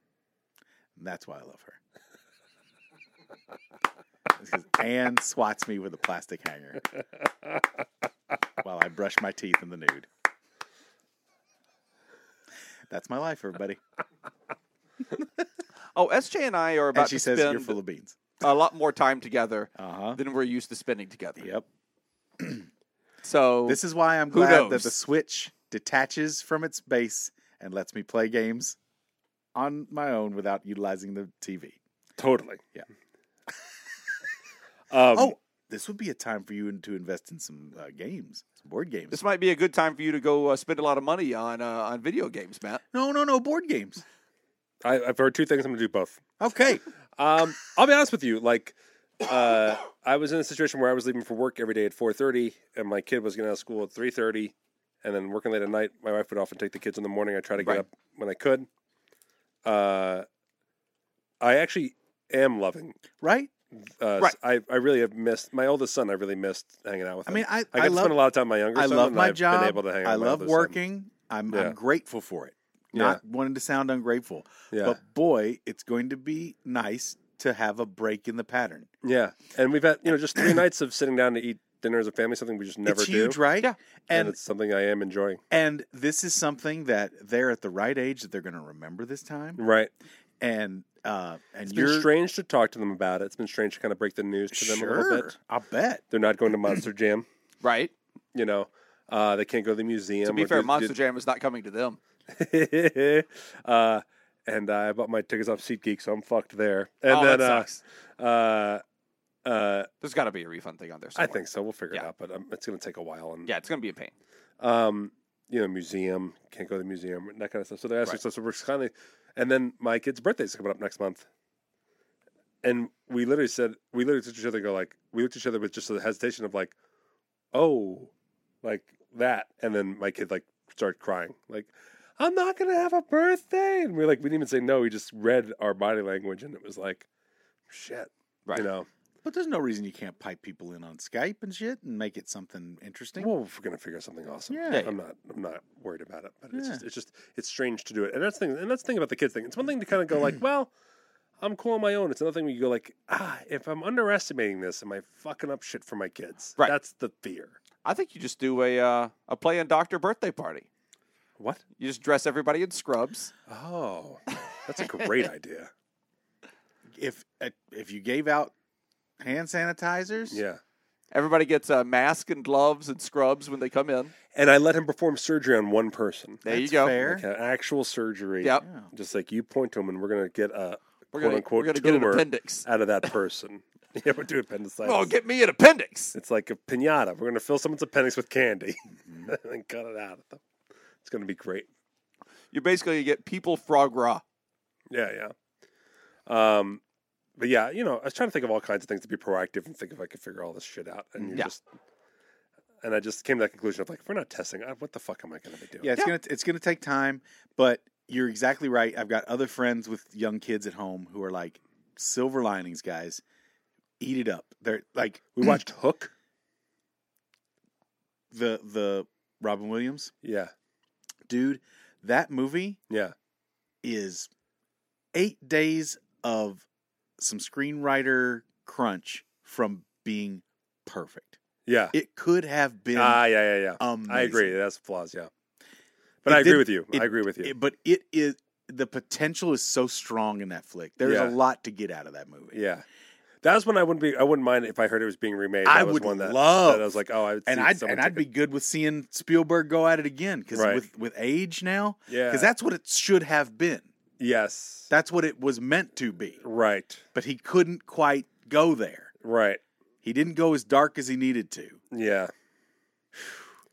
And that's why I love her. It's 'cause Anne swats me with a plastic hanger while I brush my teeth in the nude. That's my life, everybody. Oh, SJ and I are about and she to says, spend You're full of beans. a lot more time together Uh huh. than we're used to spending together. Yep. So This is why I'm Who glad that knows? the Switch detaches from its base and lets me play games on my own without utilizing the TV. Totally. Yeah. Um, oh, this would be a time for you to invest in some uh, games, some board games. this might be a good time for you to go uh, spend a lot of money on uh, on video games, Matt. No, no, no, board games. I, I've heard two things. I'm going to do both. Okay. Um, I'll be honest with you. Like, uh, I was in a situation where I was leaving for work every day at 4.30, and my kid was getting out of school at 3.30, and then working late at night. My wife would often take the kids in the morning. I try to get Right. up when I could. Uh, I actually am loving. right? Uh, Right. I, I really have missed my oldest son. I really missed hanging out with I him. mean, I I, I, get to love spend a lot of time with my younger I son. love and my I've job. Been able to hang out I with my love oldest son. working. I'm, Yeah. I'm grateful for it. Yeah. Not wanting to sound ungrateful, Yeah. but boy, it's going to be nice to have a break in the pattern. yeah. And we've had, you know, just three nights of sitting down to eat dinner as a family, something we just never it's do. huge, right? Yeah. and, And it's something I am enjoying. and this is something that they're at the right age that they're going to remember this time. Right. And uh, and It's you're been strange to talk to them about it. It's been strange to kind of break the news to them a little sure. bit. I bet. They're not going to Monster Jam. Right. You know, uh, they can't go to the museum. To be or fair, do- Monster do- Jam is not coming to them. uh, and I bought my tickets off SeatGeek, so I'm fucked there. And oh, then that uh, sucks. uh, uh, There's got to be a refund thing on there. I Somewhere. think so. We'll figure it Yeah. out, but um, it's going to take a while. And Yeah, it's gonna be a pain. um, you know, museum can't go to the museum, that kind of stuff. So they're asking Right. stuff. So we're kind of, and then my kid's birthday's coming up next month, and we literally said we literally looked at each other, and go like we looked at each other with just a hesitation of like, oh, like that, and then my kid like started crying like. I'm not gonna have a birthday, and we are like we didn't even say no. We just read our body language, and it was like, shit, Right. You know, But there's no reason you can't pipe people in on Skype and shit and make it something interesting. Well, we're gonna figure something awesome. Yeah. I'm not. I'm not worried about it. But it's Yeah. just. It's just. It's strange to do it. And that's the thing. And that's the thing about the kids thing. It's one thing to kind of go like, well, I'm cool on my own. It's another thing where you go like, ah, if I'm underestimating this, am I fucking up shit for my kids? Right. That's the fear. I think you just do a uh, a play and doctor birthday party. What? You just dress everybody in scrubs. Oh, that's a great idea. if uh, if you gave out hand sanitizers, Yeah. Everybody gets a mask and gloves and scrubs when they come in. And I let him perform surgery on one person. There you that's go. fair. Like an actual surgery. Yep. Yeah. Just like you point to him, and we're gonna get a We're quote gonna, unquote we're gonna get an tumor appendix. Uh, out of that person. yeah, we're doing appendicitis. Oh, get me an appendix. It's like a pinata. We're going to fill someone's appendix with candy Mm-hmm. and then cut it out of them. It's going to be great. You're basically gonna get people frog raw. Yeah, yeah. Um, but yeah, you know, I was trying to think of all kinds of things to be proactive and think if I could figure all this shit out. And you Yeah. just, and I just came to that conclusion of like, if we're not testing, I- what the fuck am I going to be doing? Yeah, it's gonna it's gonna take time, but you're exactly right. I've got other friends with young kids at home who are like silver linings, guys. Eat it up. They're like We watched Hook. the the Robin Williams Yeah, dude. That movie yeah. is eight days of some screenwriter crunch from being perfect. Yeah. It could have been Ah, yeah, yeah, yeah. amazing. I agree. That's flaws, yeah. But It I agree did- with you. it- I agree with you. It- but it is the potential is so strong in that flick. There's Yeah. a lot to get out of that movie. yeah. That was when I wouldn't be. I wouldn't mind if I heard it was being remade. I That was would one that, love- that I was like, oh, I would and see I'd someone and take I'd be good with seeing Spielberg go at it again because Right. with with age now, it. yeah, because that's what it should have been. Yes. That's what it was meant to be. right. But he couldn't quite go there. Right. He didn't go as dark as he needed to. Yeah.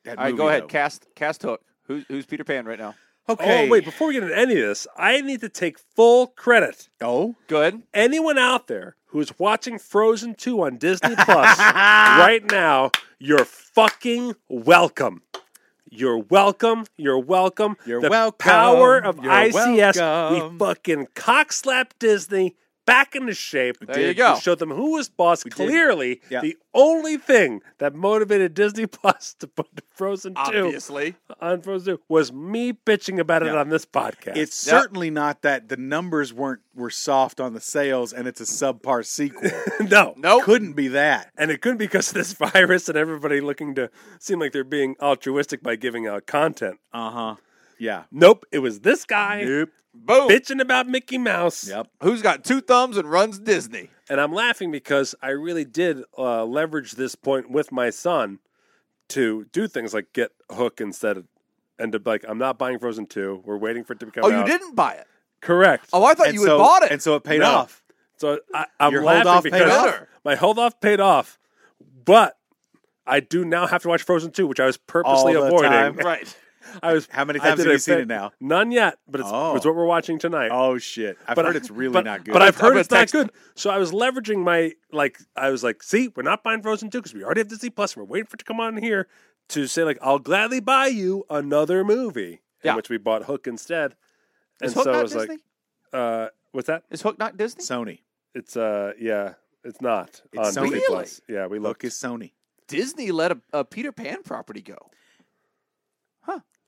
That All right, movie, go ahead. though. Cast cast hook. Who's who's Peter Pan right now? Okay. Oh wait, before we get into any of this, I need to take full credit. Oh, Good. Anyone out there who is watching Frozen 2 on Disney Plus right now, you're fucking welcome. You're welcome. You're welcome. You're the welcome. Power of You're ICS. welcome. We fucking cockslap Disney back into shape. There you go. We showed them who was boss. Clearly, Yeah. the only thing that motivated Disney Plus to put Frozen 2 Obviously. on Frozen 2 was me bitching about it Yeah. on this podcast. it's Yep. certainly not that the numbers weren't were soft on the sales, and it's a subpar sequel. no. Nope. Couldn't be that. And it could be because of this virus and everybody looking to seem like they're being altruistic by giving out content. Uh huh. Yeah. Nope, it was this guy Boom. bitching about Mickey Mouse. Yep. Who's got two thumbs and runs Disney? And I'm laughing because I really did uh, leverage this point with my son to do things like get Hook instead of, and to be like, I'm not buying Frozen 2. We're waiting for it to become Oh, you out. didn't buy it. Correct. Oh, I thought And you had so- bought it. and so it paid No. off. So I, I'm Your laughing hold-off paid because off? my hold off paid off, but I do now have to watch Frozen 2, which I was purposely All the avoiding. time. right. I was How many I times did have a you seen fit- it now? None yet, but it's, Oh. it's what we're watching tonight. Oh shit! I've But heard I- it's really but- not good. But I've heard But it's not text- good. So I was leveraging my like I was like, see, we're not buying Frozen two because we already have Disney Plus, and we're waiting for it to come on here to say like, I'll gladly buy you another movie, in Yeah. which we bought Hook instead. And Is Hook so I not was Disney? like, uh, what's that? Is Hook not Disney? Sony. It's uh, yeah, it's not on It's Sony. Disney Really? Plus. Yeah, we Look looked. is Sony. Disney let a, a Peter Pan property go.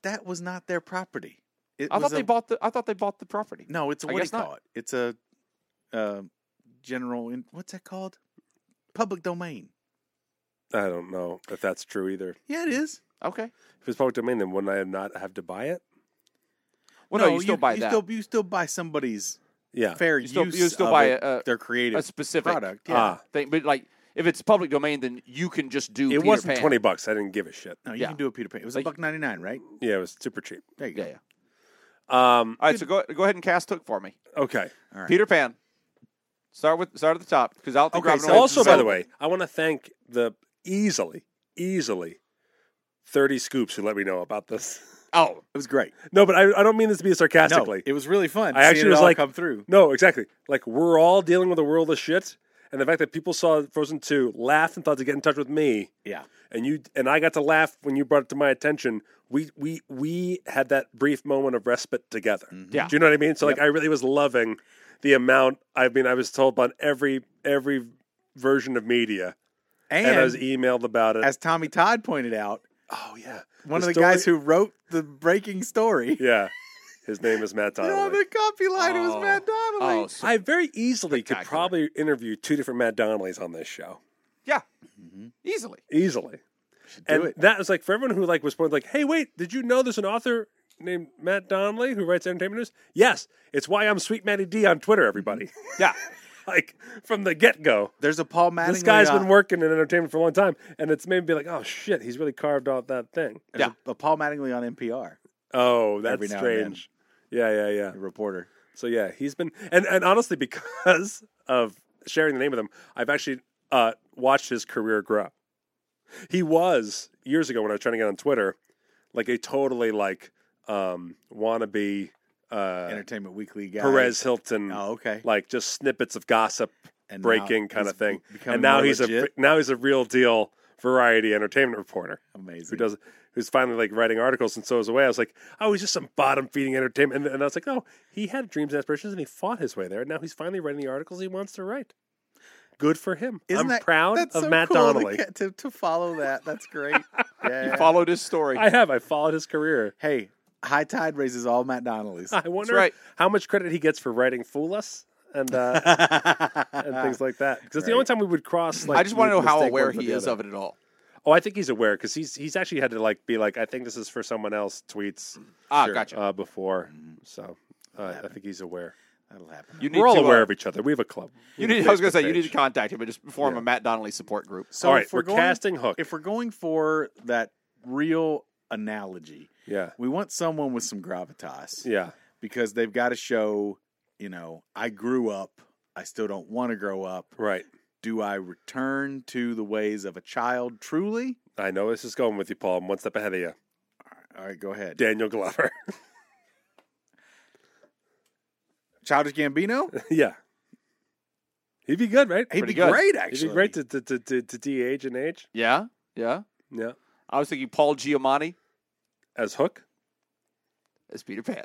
that was not their property. It I was thought they a- bought the I thought they bought the property. No, it's a I what do you guess not. call it? It's a uh, general. In, what's that called? Public domain. I don't know if that's true either. Yeah, it is. Okay. If it's public domain, then wouldn't I not have to buy it? Well, no, you still buy you that. Still, you still buy somebody's Yeah. fair You still- use. you still of buy it, a- a- their creative a specific uh, product. Yeah. Ah. thing, but like if it's public domain, then you can just do. It Peter wasn't Pan. 20 bucks. I didn't give a shit. no, you yeah. can do a Peter Pan. It was a Like- buck ninety nine, right? Yeah, it was super cheap. There you go. Yeah, yeah. Um, All right, so go go ahead and cast hook for me, okay. All right. Peter Pan. Start with start at the top because I don't think Okay, Robin so- Williams Also, is by so- the way, I want to thank the easily, easily 30 scoops who let me know about this. oh, It was great. No, but I, I don't mean this to be sarcastically. No, it was really fun. I seeing actually it was all like- come through. No, exactly. Like we're all dealing with a world of shit, and the fact that people saw Frozen Two, laughed and thought to get in touch with me, Yeah, and you and I got to laugh when you brought it to my attention. We we we had that brief moment of respite together. Yeah. do you know what I mean? So like, I really was loving the amount. I mean, I was told on every every version of media, and, and, I was emailed about it. as Tommy Todd pointed out, oh yeah, one The of the story- guys who wrote the breaking story yeah. His name is Matt Donnelly. on the copy line, it was Oh. Matt Donnelly. oh, so- I very easily could Spectacular. probably interview two different Matt Donnellys on this show. yeah, Mm-hmm. easily. easily. And that was like for everyone who like was pointed like, hey, wait, did you know there's an author named Matt Donnelly who writes entertainment news? Yes, it's why I'm Sweet Matty D on Twitter, everybody. Mm-hmm. Yeah, like from the get go, There's a Paul Mattingly. this guy's uh, been working in entertainment for a long time, and it's made me be like, oh shit, he's really carved out that thing. there's a, a Paul Mattingly on NPR. Oh, that's Every now and then. strange. Yeah, yeah, yeah. A reporter. So yeah, he's been and and honestly because of sharing the name with him, I've actually uh, watched his career grow. He was years ago when I was trying to get on Twitter, like a totally like um, wannabe uh, Entertainment Weekly guy. Perez Hilton, Oh, okay. like just snippets of gossip And now breaking kind he's of thing. becoming And now more he's legit. a now he's a real deal variety entertainment reporter amazing. who does who's finally like writing articles and so is away. I was like, oh, he's just some bottom feeding entertainment, and, and I was like, no, he had dreams and aspirations, and he fought his way there, and now he's finally writing the articles he wants to write. Good for him. Isn't I'm that- proud of that's so Matt cool Donnelly. To, get- to, to follow that, that's great. Yeah. followed his story. I have. I followed his career. hey, High Tide raises all Matt Donnellys. I wonder right. how much credit he gets for writing "Fool Us" and uh, and things like that. Because the only time we would cross. Like, I just want to we know would how mistake aware one for he the is other. of it at all. Oh, I think he's aware because he's he's actually had to like be like, I think this is for someone else. Tweets Ah, gotcha. uh, before, so uh, I think he's aware. That'll happen. You need We're all to, aware uh, of each other. We have a club. We You have a need. I was gonna Facebook say you need to page. contact him, but just form a Matt Donnelly support group. So all right, if we're, we're, going, casting Hook. If we're going for that real analogy, yeah, we want someone with some gravitas yeah, because they've got to show, you know, I grew up. I still don't want to grow up. right. Do I return to the ways of a child truly? I know this is going with you, Paul. I'm one step ahead of you, All right, go ahead. Daniel Glover. Childish Gambino? yeah, he'd be good, right? He'd Pretty be good. He'd great, actually. be great to to to to, to de-age and age. Yeah, yeah. Yeah, I was thinking Paul Giamatti as Hook, as Peter Pan.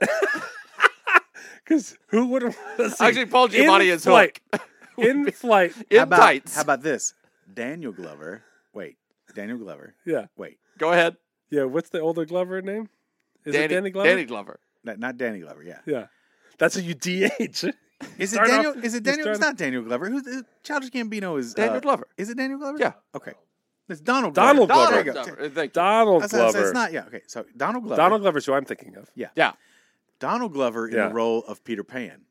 because who would have Actually, Paul Giamatti in is flight, Hook. in flight? in how about, tights. How about this? Daniel Glover. Wait, Daniel Glover. Yeah, Wait, Go ahead. yeah. What's the older Glover name? Is Danny, it Danny Glover? Danny Glover. not, not Danny Glover. Yeah. Yeah, that's a you de-age. Is it Start Daniel? off- is it you Daniel? start- It's not Daniel Glover. Who's uh, Childish Gambino? Is Daniel uh, Glover. Is it Daniel Glover? Yeah. Okay. It's Donald. Donald Glover. Glover. There you go. Glover. Thank you. Donald That's- that's- Glover. It's not. Yeah. Okay. So Donald Glover. Donald Glover's who I'm thinking of. Yeah. Donald Glover in Yeah. the role of Peter Pan.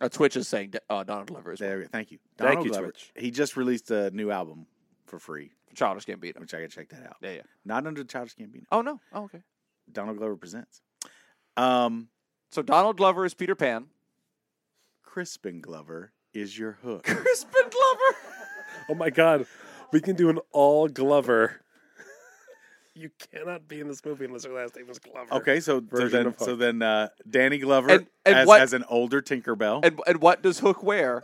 Uh, Twitch is saying uh, Donald Glover is There. we go. Thank you. Thank Donald you, Glover. Twitch. He just released a new album for free, Childish Gambino. which I can check that out. Yeah, yeah. Not under Childish Gambino. Oh no. Oh okay. Donald Glover presents. Um, So Donald Glover is Peter Pan. Crispin Glover is your hook. Crispin Glover. Oh my god, we can do an all Glover. you cannot be in this movie unless your last name is Glover. Okay, so, so version then of Hook. so then uh, Danny Glover And- and as, what- as an older Tinkerbell. And and what does Hook wear?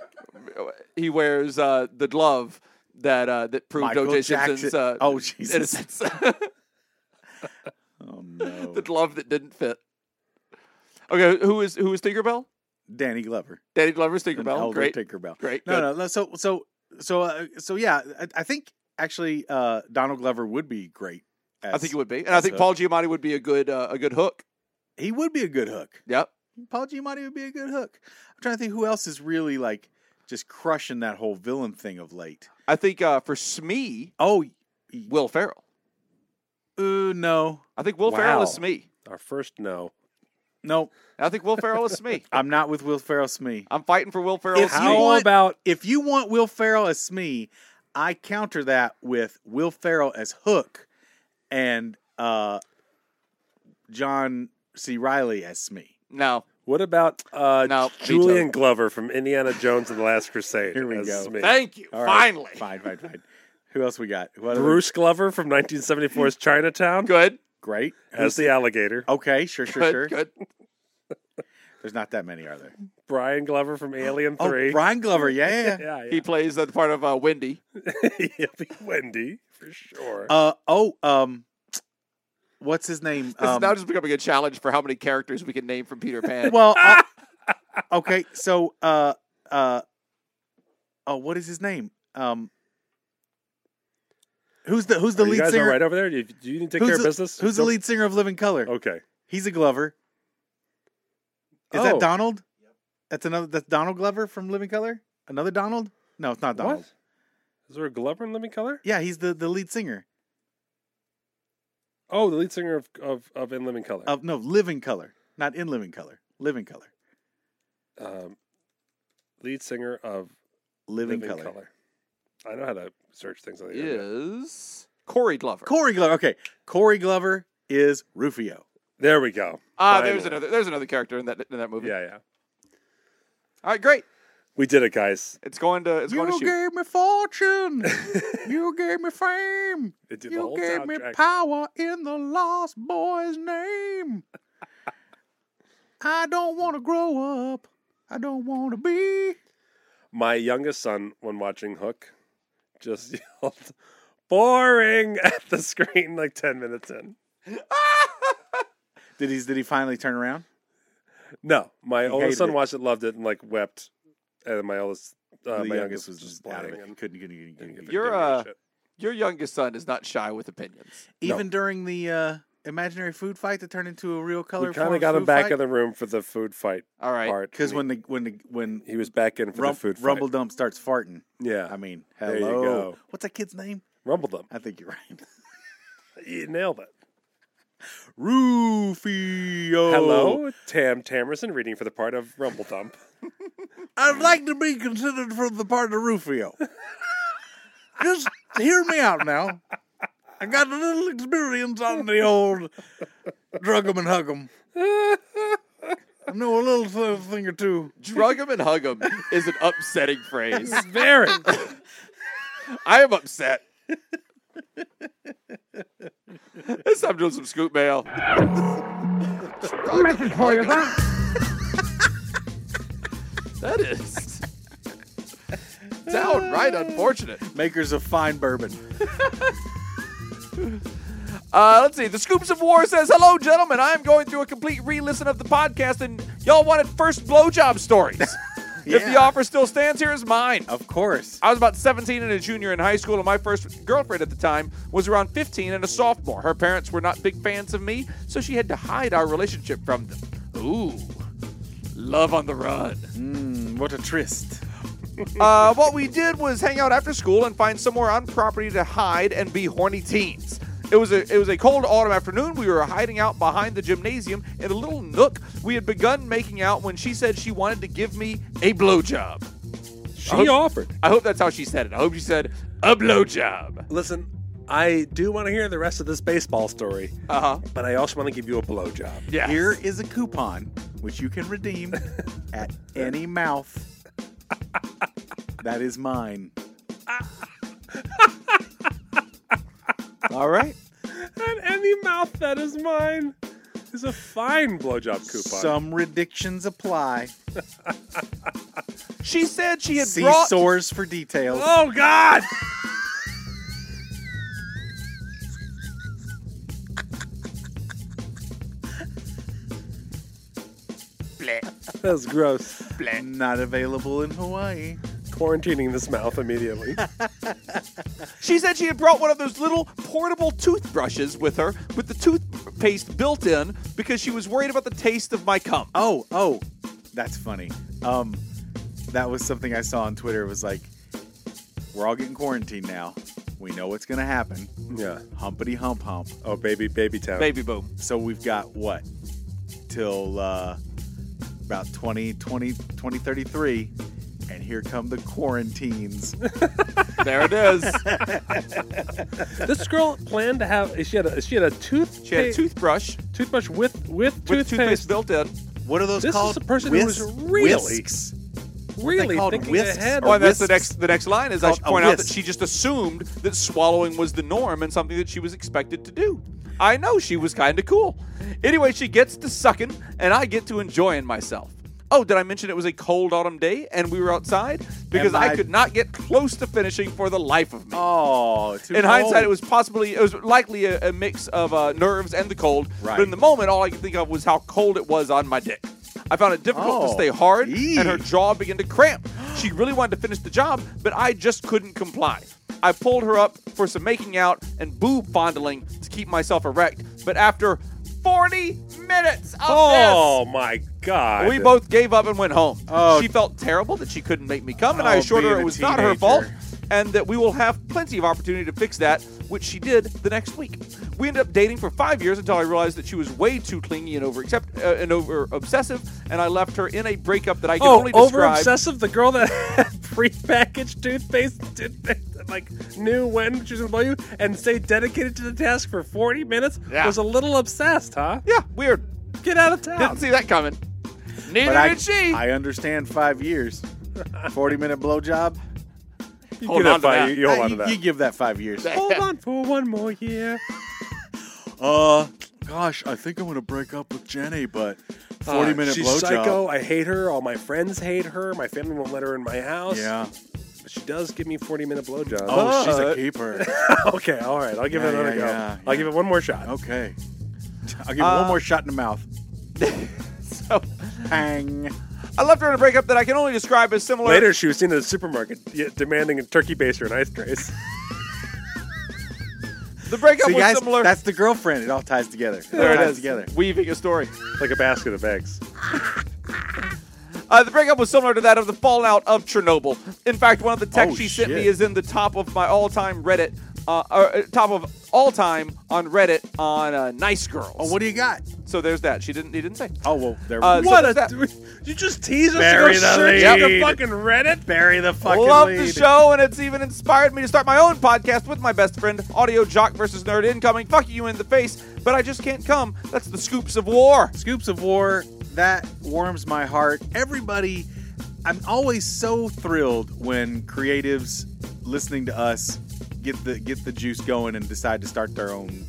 He wears uh, the glove that uh, that proved Michael O.J. Jackson- Simpson's uh, Oh, Jesus. innocence. oh no. the glove that didn't fit. Okay, who is who is Tinkerbell? Danny Glover. Danny Glover's An Tinkerbell. older Great. Tinkerbell. Great. No, Good. no, no. So so so uh, so yeah, I, I think actually uh, Donald Glover would be great I think it would be, and I think so- Paul Giamatti would be a good uh, a good hook. he would be a good hook. Yep. Paul Giamatti would be a good hook. I'm trying to think who else is really like just crushing that whole villain thing of late. I think uh, for Smee, Oh, Will Ferrell. uh, no, I think Will Ferrell is Wow. Smee. Our first no. no, I think Will Ferrell is Smee. I'm not with Will Ferrell Smee. I'm fighting for Will Ferrell. If as you How Smee. want- about If you want Will Ferrell as Smee, I counter that with Will Ferrell as Hook and uh, John C. Riley as Smee. no, what about uh, No, Julian Glover from Indiana Jones and the Last Crusade? Here we as go. Smee. Thank you. All right, Finally. fine, fine, fine. Who else we got? What other- Bruce Glover from 1974's Chinatown good, Great. as the alligator. Okay, sure, sure, good, sure. good. There's not that many, are there? Brian Glover from Alien Oh, Three. Brian Glover. Yeah, yeah, yeah. yeah, He plays the part of uh, Wendy. yeah. He'll be Wendy for sure. Uh oh. Um, what's his name? This Um, is now just becoming a challenge for how many characters we can name from Peter Pan. well, uh, okay. So, uh, uh, oh, what is his name? Um, who's the who's the Are Oh, you lead guys singer? all right over there? Do you, do you need to take who's care the, of business? Oh. Who's the Nope. lead singer of Living Color? Okay. He's a Glover. Is Oh. that Donald? That's another. That's Donald Glover from Living Color. Another Donald? No, it's not Donald. What? Is there a Glover in Living Color? Yeah, he's the the lead singer Oh, the lead singer of of, of In Living Color. of no Living Color, not in Living Color. Living Color. um, lead singer of Living, Living color. Color. I know how to search things on the internet. is Corey Glover. Corey Glover. Okay, Corey Glover is Rufio. There we go. Ah, there's Finally. another. There's another character in that in that movie. Yeah, yeah. All right, great. We did it, guys. It's going to it's going to You shoot. gave me fortune. you gave me fame. It did the You whole gave me soundtrack. power in the lost boy's name. I don't want to grow up. I don't want to be. My youngest son, when watching Hook, just yelled "boring" at the screen like ten minutes in. Did he? Did he finally turn around? No, my hated oldest son it. watched it, loved it, and like wept, and my oldest, uh, the my youngest youngest, was just just out of bawling it. and Couldn't, couldn't, didn't couldn't, couldn't, give a- couldn't. You're, didn't give a uh, shit. Your youngest son is not shy with opinions. Even during the uh, imaginary food fight that turned into a real color. we kind of got him back in the room for the food fight All right. part because and when the when the when he was back in for Rum- the food fight. Rumble Dump starts farting. yeah, I mean, hello. There you go. What's that kid's name? rumble them. I think you're right. You nailed it. Rufio. Hello, Tam Tamerson, reading for the part of Rumble Dump. I'd like to be considered for the part of Rufio. Just hear me out now. I got a little experience on the old drug 'em and hug 'em. I know a little th- thing or two. Drug him and hug him is an upsetting phrase. Very. I am upset. it's time doing some scoop mail. Message for you, that is downright unfortunate. Makers of fine bourbon. Uh, let's see. The Scoops of War says, "Hello, gentlemen. I am going through a complete re-listen of the podcast, and y'all wanted first blowjob stories. If the Yeah. offer still stands, here is mine. Of course. I was about 17 and a junior in high school, and my first girlfriend at the time was around 15 and a sophomore. Her parents were not big fans of me, so she had to hide our relationship from them. Ooh, love on the run. What a tryst. Uh, what we did was hang out after school and find somewhere on property to hide and be horny teens. It was a it was a cold autumn afternoon. We were hiding out behind the gymnasium in a little nook. We had begun making out when she said she wanted to give me a blowjob. she hope- offered. I hope that's how she said it. I hope she said a blowjob. Listen, I do want to hear the rest of this baseball story, Uh huh. but I also want to give you a blowjob. Yeah. Here is a coupon which you can redeem at any mouth. That is mine. All right. And any mouth that is mine is a fine blowjob coupon. Some redictions apply. She said she had See brought. sores for details. oh God! That's gross. Not available in Hawaii. Quarantining this mouth immediately. She said she had brought one of those little portable toothbrushes with her with the toothpaste built in because she was worried about the taste of my cum. Oh, oh, that's funny. Um, that was something I saw on Twitter. It was like, we're all getting quarantined now. We know what's gonna happen. Yeah. Humpity hump hump. Oh, baby, baby town. Baby boom. So we've got what till uh, about 20, 20, 2033, and here come the quarantines. There it is. This girl planned to have. She had a she had a tooth. She had a toothbrush toothbrush with with with toothpaste toothpaste. built in. What are those This is called? a person who was really- whisks. really called thinking whisks ahead. or Oh, and that's the whisks. next. The next line is I Called should a point out that whisk. she just assumed that swallowing was the norm and something that she was expected to do. I know she was kind of cool. Anyway, she gets to sucking, and I get to enjoying myself. Oh, did I mention it was a cold autumn day and we were outside because And I my- could not get close to finishing for the life of me. Oh, too in hindsight, old. it was possibly it was likely a, a mix of uh, nerves and the cold. Right. But in the moment, all I could think of was how cold it was on my dick. I found it difficult to Oh, stay hard, gee. and her jaw began to cramp. She really wanted to finish the job, but I just couldn't comply. I pulled her up for some making out and boob fondling to keep myself erect. But after 40 minutes of this, Oh my god. we both gave up and went home. Oh. She felt terrible that she couldn't make me come, and I Oh, assured her being it a was not her fault teenager. and that we will have plenty of opportunity to fix that, which she did the next week. We ended up dating for five years until I realized that she was way too clingy and over accept- uh, and over obsessive, and I left her in a breakup that I can Oh, only over describe. obsessive. The girl that had prepackaged toothpaste did that, like knew when she was going to blow you and stayed dedicated to the task for 40 minutes Yeah. was a little obsessed, huh? Yeah, weird. Get out of town. Didn't see that coming. Neither Oh. But I, did she. I understand five years. 40 minute blowjob. You Hold get on to by- that. You hold Uh, on to you, that. you give that five years. Hold on for one more year. Uh, gosh, I think I'm gonna break up with Jenny, but 40 Uh, minute She's blowjob. psycho. I hate her. All my friends hate her. My family won't let her in my house. Yeah. But she does give me 40 minute blowjobs. Oh, she's But- a keeper. okay. All right. I'll give Yeah, it another yeah, go. yeah, I'll yeah. give it one more shot. Okay. I'll give it Uh, one more shot in the mouth. so, Bang. I left her in a breakup that I can only describe as similar. Later, she was seen at a supermarket yeah, demanding a turkey baster and ice trays. the breakup See, was guys, similar. that's the girlfriend. It all ties together. It there all it ties is. together. Weaving a story. like a basket of eggs. Uh, the breakup was similar to that of the fallout of Chernobyl. In fact, one of the texts Oh, she sent me shit. is in the top of my all-time Reddit, uh, or, uh, top of all time on Reddit on uh, Nice Girls. Oh, what do you got? So there's that. She didn't. He didn't say. Oh, well, there Uh, we go. so What there's a, that. you just tease us Bury to the go search the lead. fucking Reddit? Bury the fucking Love lead. the show, and it's even inspired me to start my own podcast with my best friend, Audio Jock versus Nerd Incoming. Fuck you in the face, but I just can't come. That's the scoops of war. Scoops of War, that warms my heart. Everybody, I'm always so thrilled when creatives listening to us get the get the juice going and decide to start their own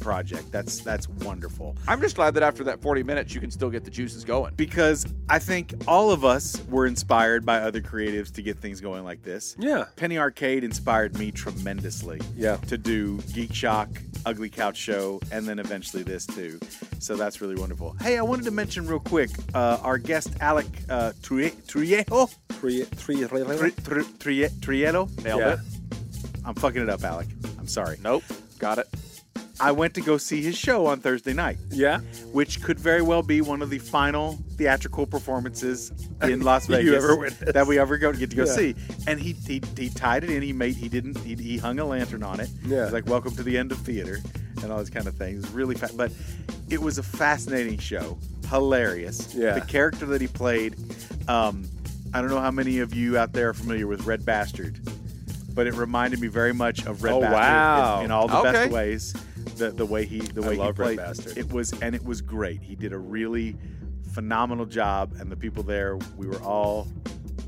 project. That's that's wonderful. I'm just glad that after that 40 minutes, you can still get the juices going. Because I think all of us were inspired by other creatives to get things going like this. Yeah. Penny Arcade inspired me tremendously. Yeah. To do Geek Shock, Ugly Couch Show, and then eventually this too. So that's really wonderful. Hey, I wanted to mention real quick uh, our guest Alec uh, Trie- Triejo. Three, three, Tri- tri- Trie- Triejo. Nailed Yeah. it. I'm fucking it up, Alec. I'm sorry. Nope. Got it. I went to go see his show on Thursday night, Yeah? which could very well be one of the final theatrical performances in Las You Vegas ever witnessed. that we ever go get to go Yeah. see. And he, he he tied it in. He made he didn't he, he hung a lantern on it. Yeah. He's like welcome to the end of theater and all those kind of things. Really, fa- but it was a fascinating show. Hilarious. Yeah. The character that he played. Um, I don't know how many of you out there are familiar with Red Bastard, but it reminded me very much of Red Oh, Bastard wow. in, in all the Okay. best ways. The the way he the I way love he Red played. Bastard. It was and it was great. He did a really phenomenal job, and the people there we were all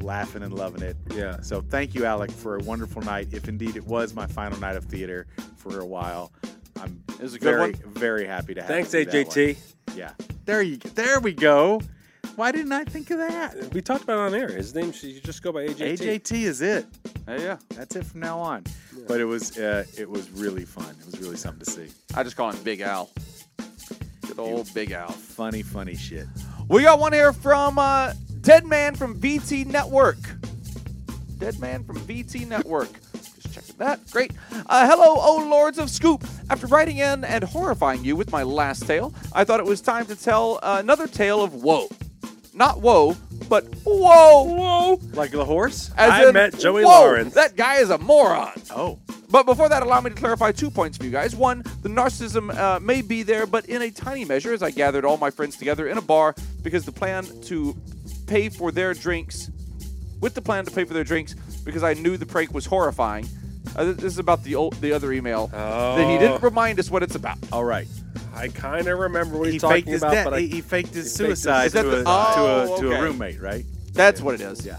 laughing and loving it. Yeah. So thank you, Alec, for a wonderful night. If indeed it was my final night of theater for a while, I'm It was a good very one. very happy to have. Thanks, you do that AJT. one. Yeah. There you there we go. Why didn't I think of that? We talked about it on air. His name, you just go by AJT. AJT is it. Hey, yeah. That's it from now on. But it was uh, it was really fun. It was really something to see. I just call him Big Al. Good old Big Al. Funny, funny shit. We got one here from uh, Dead Man from VT Network. Dead Man from VT Network. Just checking that. Great. Uh, hello, oh lords of Scoop. After writing in and horrifying you with my last tale, I thought it was time to tell uh, another tale of woe. Not woe, but whoa. Whoa. Like the horse? As I in, met Joey whoa, Lawrence. That guy is a moron. Oh. But before that, allow me to clarify two points for you guys. One, the narcissism uh, may be there, but in a tiny measure, as I gathered all my friends together in a bar because the plan to pay for their drinks, with the plan to pay for their drinks because I knew the prank was horrifying. Uh, this is about the old, the other email that he didn't remind us what it's about. All right. I kind of remember what He he's faked talking his about, death. but I He, he faked his He faked his suicide to, a, suicide. to, a, Oh, to okay. a roommate, right? That's what it is. Yeah.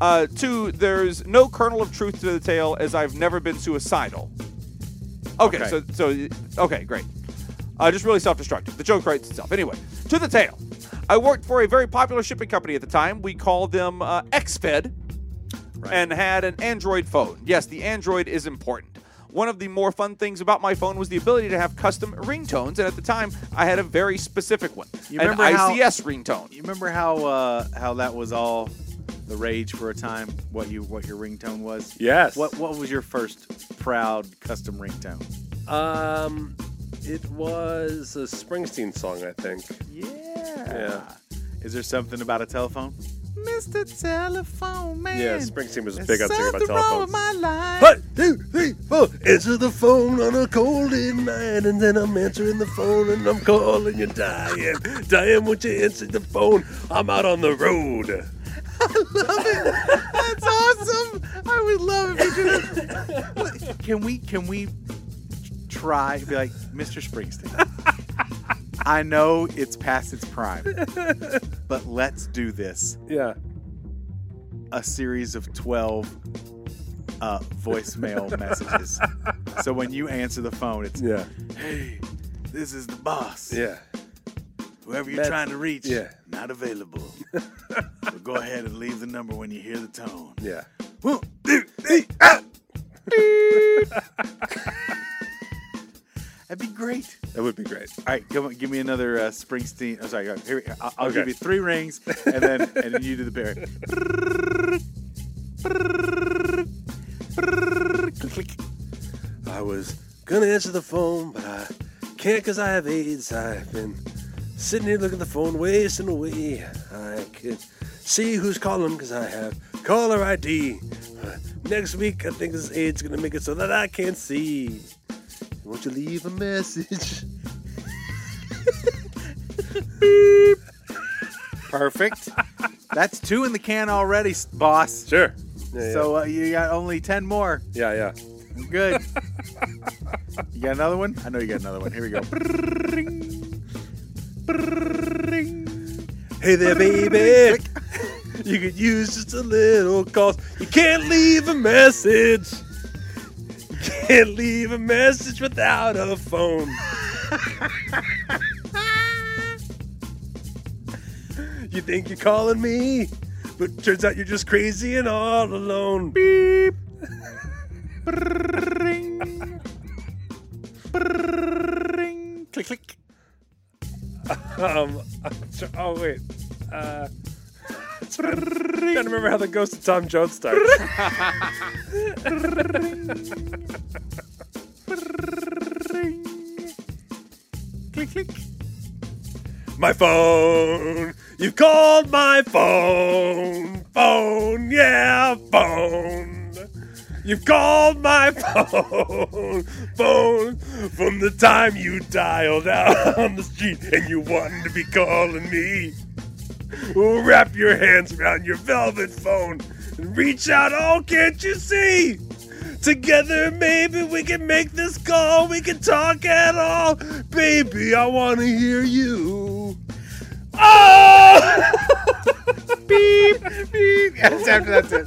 Uh, two, there's no kernel of truth to the tale as I've never been suicidal. Okay, Okay. so so okay, great. Uh, just really self-destructive. The joke writes itself. Anyway, to the tale. I worked for a very popular shipping company at the time. We called them uh, XFed, and had an Android phone. Yes, the Android is important. One of the more fun things about my phone was the ability to have custom ringtones, and at the time, I had a very specific one, You an remember how- ICS ringtone. You remember how uh, how that was all the rage for a time? What you what your ringtone was? Yes. What what was your first proud custom ringtone? Um, it was a Springsteen song, I think. Yeah. Yeah. Is there something about a telephone? Mr. Telephone Man. Yeah, Springsteen was big on singing about something wrong with telephones. my life. One, two, three, four. Answer the phone on a cold night, and then I'm answering the phone, and I'm calling you, Diane. Diane, won't you answer the phone? I'm out on the road. That's awesome. I would love if you did. Can we can we try be like Mr. Springsteen? I know it's past its prime, but let's do this. Yeah. a series of 12 uh, voicemail messages. So when you answer the phone, it's, Yeah. hey, this is the boss. Yeah. Whoever you're That's- trying to reach, yeah. not available. so go ahead and leave the number when you hear the tone. Yeah. One, two, three, ah! That'd be great. That would be great. All right, come on, give me another uh, Springsteen. I'm sorry. Here, I'll, I'll give Okay. you three rings, and then and then you do the bear. I was gonna answer the phone, but I can't 'cause I have AIDS. I've been sitting here looking at the phone, wasting away. I could see who's calling 'cause I have caller ID. Uh, next week, I think this AIDS gonna make it so that I can't see. Won't you leave a message? Perfect. That's two in the can already, s- boss. Sure. Yeah, So uh, you got only ten more. yeah, yeah. I'm good. you got another one? I know you got another one. Here we go. Hey there, baby. you could use just a little cause. You can't leave a message. You can't leave a message without a phone. you think you're calling me, but turns out you're just crazy and all alone. Beep. click click. Um. Oh wait. Uh. Trying to remember how the Ghost of Tom Jones starts. Click click. My phone. You called my phone. Phone, yeah, phone. You've called my phone. Phone. From the time you dialed out on the street and you wanted to be calling me. Wrap your hands around your velvet phone and reach out. Oh, can't you see? Together, maybe we can make this call. We can talk at all. Baby, I want to hear you. Oh! Yes, after that's it.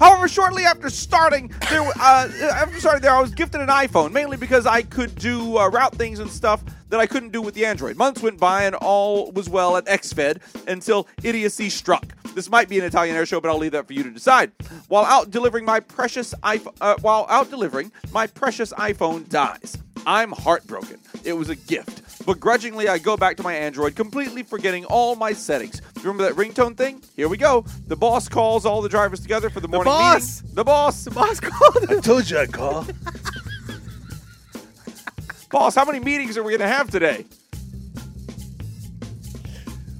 However, shortly after starting there, w- uh, after starting there, I was gifted an iPhone mainly because I could do uh, route things and stuff that I couldn't do with the Android. Months went by and all was well at XFed until idiocy struck. This might be an Italian air show, but I'll leave that for you to decide. While out delivering my precious iPhone, uh, while out delivering, my precious iPhone dies. I'm heartbroken. It was a gift. Begrudgingly, I go back to my Android, completely forgetting all my settings. You remember that ringtone thing? Here we go. The boss calls all the drivers together for the morning boss! meeting. The boss. Boss called I told you I'd call. Boss, how many meetings are we going to have today?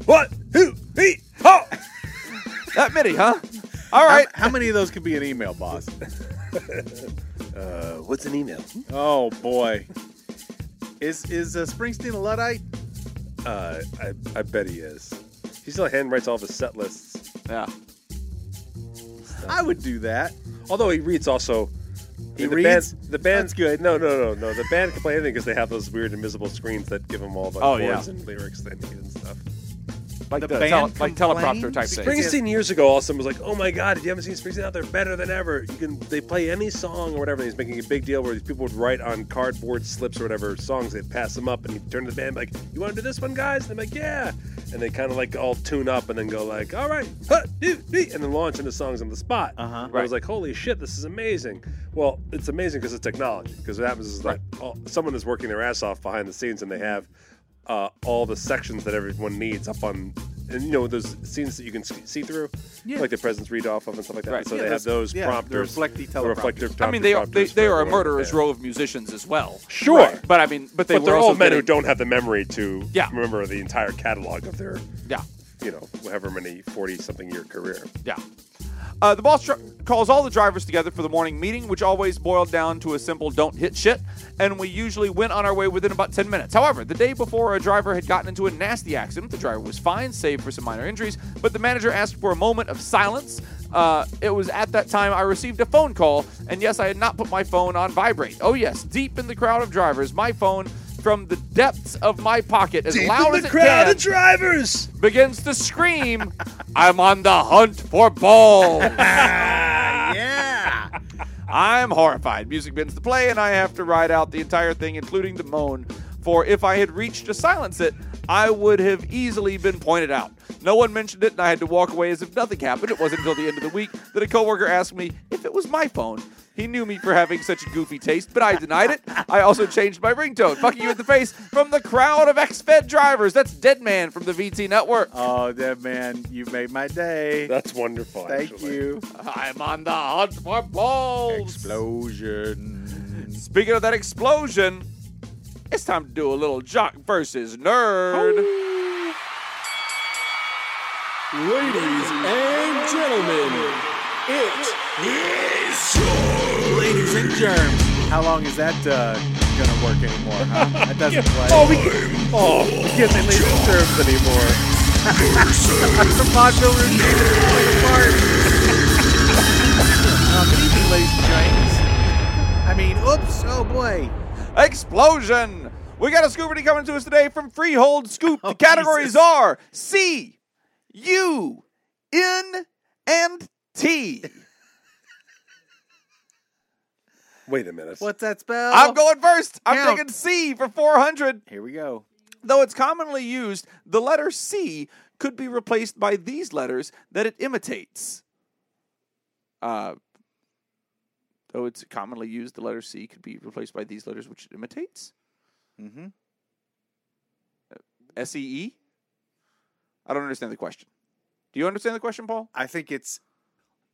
What? Who? He? Oh! That many, huh? All right. How many of those could be an email, boss? Uh, what's an email? Oh boy. Is is uh, Springsteen a luddite? Uh, I, I bet he is. He still handwrites all of his set lists. Yeah. I would do that. Although he reads also. He the reads? Band, the band's good. No, no, no, no. The band can play anything because they have those weird invisible screens that give them all the Oh, chords yeah. and lyrics they need and stuff. Like The the, band tele- like teleprompter complained? type thing. Springsteen years ago, Austin was like, "Oh my God, if you haven't seen Springsteen out there, better than ever. You can they play any song or whatever." And he's making a big deal where these people would write on cardboard slips or whatever songs. They'd pass them up, and he'd turn to the band like, "You want to do this one, guys?" And they're like, "Yeah," and they kind of like all tune up and then go like, "All right, huh, doo, dee," and then launch into songs on the spot. Uh-huh. And I was like, "Holy shit, this is amazing!" Well, it's amazing because it's technology. Because what happens is like all, someone is working their ass off behind the scenes, and they have uh, all the sections that everyone needs up on, and you know those scenes that you can s- see through, Yeah. like the president's read off of and stuff like that. Right. So Yeah, they have those- those yeah, the prompters, reflecty the reflective I mean, they are prompters they, they for are a everyone. murderous Yeah. row of musicians as well. Sure, But I mean, but they but were they're also all men who getting- don't have the memory to Yeah. remember the entire catalog of their, Yeah, you know, however many forty-something year career. yeah. Uh, the boss tr- calls all the drivers together for the morning meeting, which always boiled down to a simple "don't hit shit," and we usually went on our way within about ten minutes. However, the day before, a driver had gotten into a nasty accident. The driver was fine, save for some minor injuries, but the manager asked for a moment of silence. Uh, it was at that time I received a phone call, and yes, I had not put my phone on vibrate. Oh yes, deep in the crowd of drivers, my phone from the depths of my pocket, as loud as it can, drivers. begins to scream, I'm on the hunt for balls. Yeah. I'm horrified. Music begins to play, and I have to ride out the entire thing, including the moan. For if I had reached to silence it, I would have easily been pointed out. No one mentioned it, and I had to walk away as if nothing happened. It wasn't until the end of the week that a coworker asked me if it was my phone. He knew me for having such a goofy taste, but I denied it. I also changed my ringtone, fucking you in the face, from the crowd of ex-Fed drivers. That's Dead Man from the VT Network. oh, that man, you made my day. That's wonderful. Thank actually. you. I'm on the hunt for balls. Explosion. Speaking of that explosion, it's time to do a little jock versus nerd. Ladies and gentlemen, it Ladies and germs. How long is that uh, gonna work anymore? Huh? That doesn't play. Oh, we can, oh, we can't say ladies and germs anymore. the vaudeville routine is falling apart. Uh, good evening, ladies and germs. I mean, oops. Oh boy. Explosion! We got a scoopity coming to us today from Freehold Scoop. The categories Oh, are Jesus. C, U, N, and Oh. T. Wait a minute. What's that spell? I'm going first. I'm Count. taking C for 400. Here we go. Though it's commonly used, the letter C could be replaced by these letters that it imitates. Uh, though it's commonly used, the letter C could be replaced by these letters which it imitates. Mm-hmm. S E E? I don't understand the question. Do you understand the question, Paul? I think it's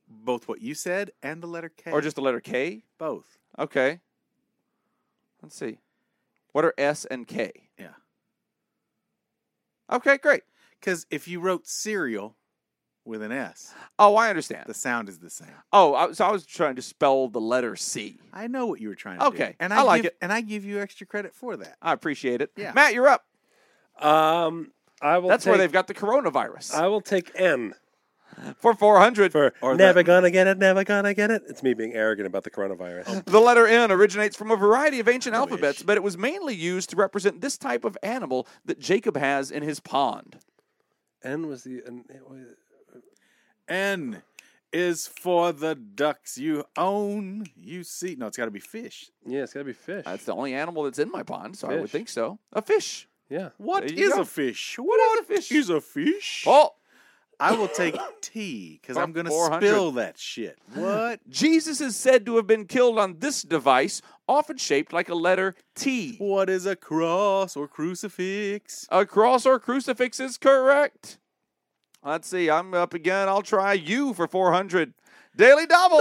both what you said and the letter K. Or just the letter K? both. Okay. Let's see. What are S and K? Yeah. Okay, great. Because if you wrote cereal with an S, Oh, I understand. the sound is the same. Oh, I, so I was trying to spell the letter C. I know what you were trying to do. Okay, And I like give, it. And I give you extra credit for that. I appreciate it. Yeah. Matt, you're up. Um, I will. That's where take- they've got the coronavirus I will take N. for 400. for Or never the- gonna get it, never gonna get it. It's me being arrogant about the coronavirus. the letter N originates from a variety of ancient alphabets, wish. but it was mainly used to represent this type of animal that Jacob has in his pond. Oh. N was the N, it was- N is for the ducks you own. You see. No, it's got to be fish. yeah, it's gotta be fish. That's the only animal that's in my pond, so I would Fish. think so. A fish. yeah, What There you is go. a fish? What is a fish? is a fish? Paul, I will take T because I'm going to 400. spill that shit. What? Jesus is said to have been killed on this device, often shaped like a letter T. What is a cross or crucifix? A cross or crucifix is correct. Let's see. I'm up again. I'll try you for 400. Daily double.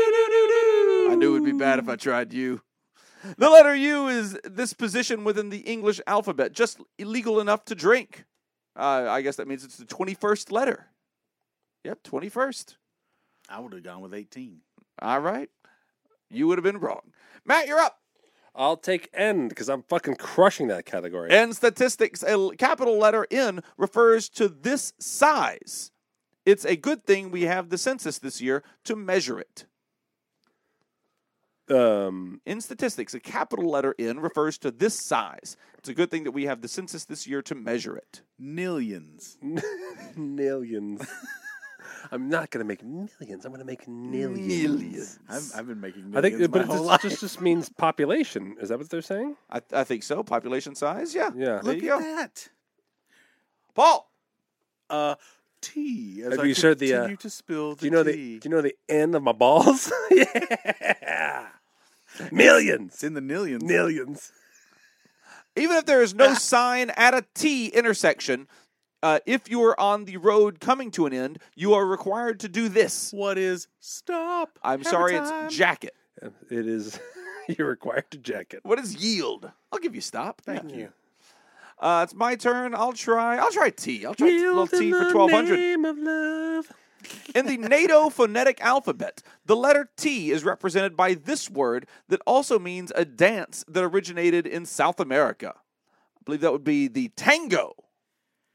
I knew it would be bad if I tried you. The letter U is this position within the English alphabet, just illegal enough to drink. Uh, I guess that means it's the 21st letter. Yep, 21st. I would have gone with 18. All right. You would have been wrong. Matt, you're up. I'll take N because I'm fucking crushing that category. And statistics, a l- capital letter N refers to this size. It's a good thing we have the census this year to measure it. Um, In statistics, a capital letter N refers to this size. It's a good thing that we have the census this year to measure it. Millions. millions. I'm not gonna make millions. I'm gonna make millions. I've, I've been making millions I think, my but it whole just- life. just just means population. Is that what they're saying? I, I think so. Population size, yeah. Yeah. There Look you at go. that. Paul, Uh, tea. As Have I you shared the, uh, continue to spill the Do you know the tea. Do you know the end of my balls? yeah. Millions. it's in the millions. Millions. even if there is Ah. no sign at a T intersection, uh, if you are on the road coming to an end, you are required to do this. What is stop? I'm Have a sorry, it's time. jacket. Um, It is. You're required to jack it. What is yield? I'll give you stop. Thank you. Uh, it's my turn. I'll try. I'll try T. I'll try t- little T for twelve hundred. In the NATO phonetic alphabet, the letter T is represented by this word that also means a dance that originated in South America. I believe that would be the tango.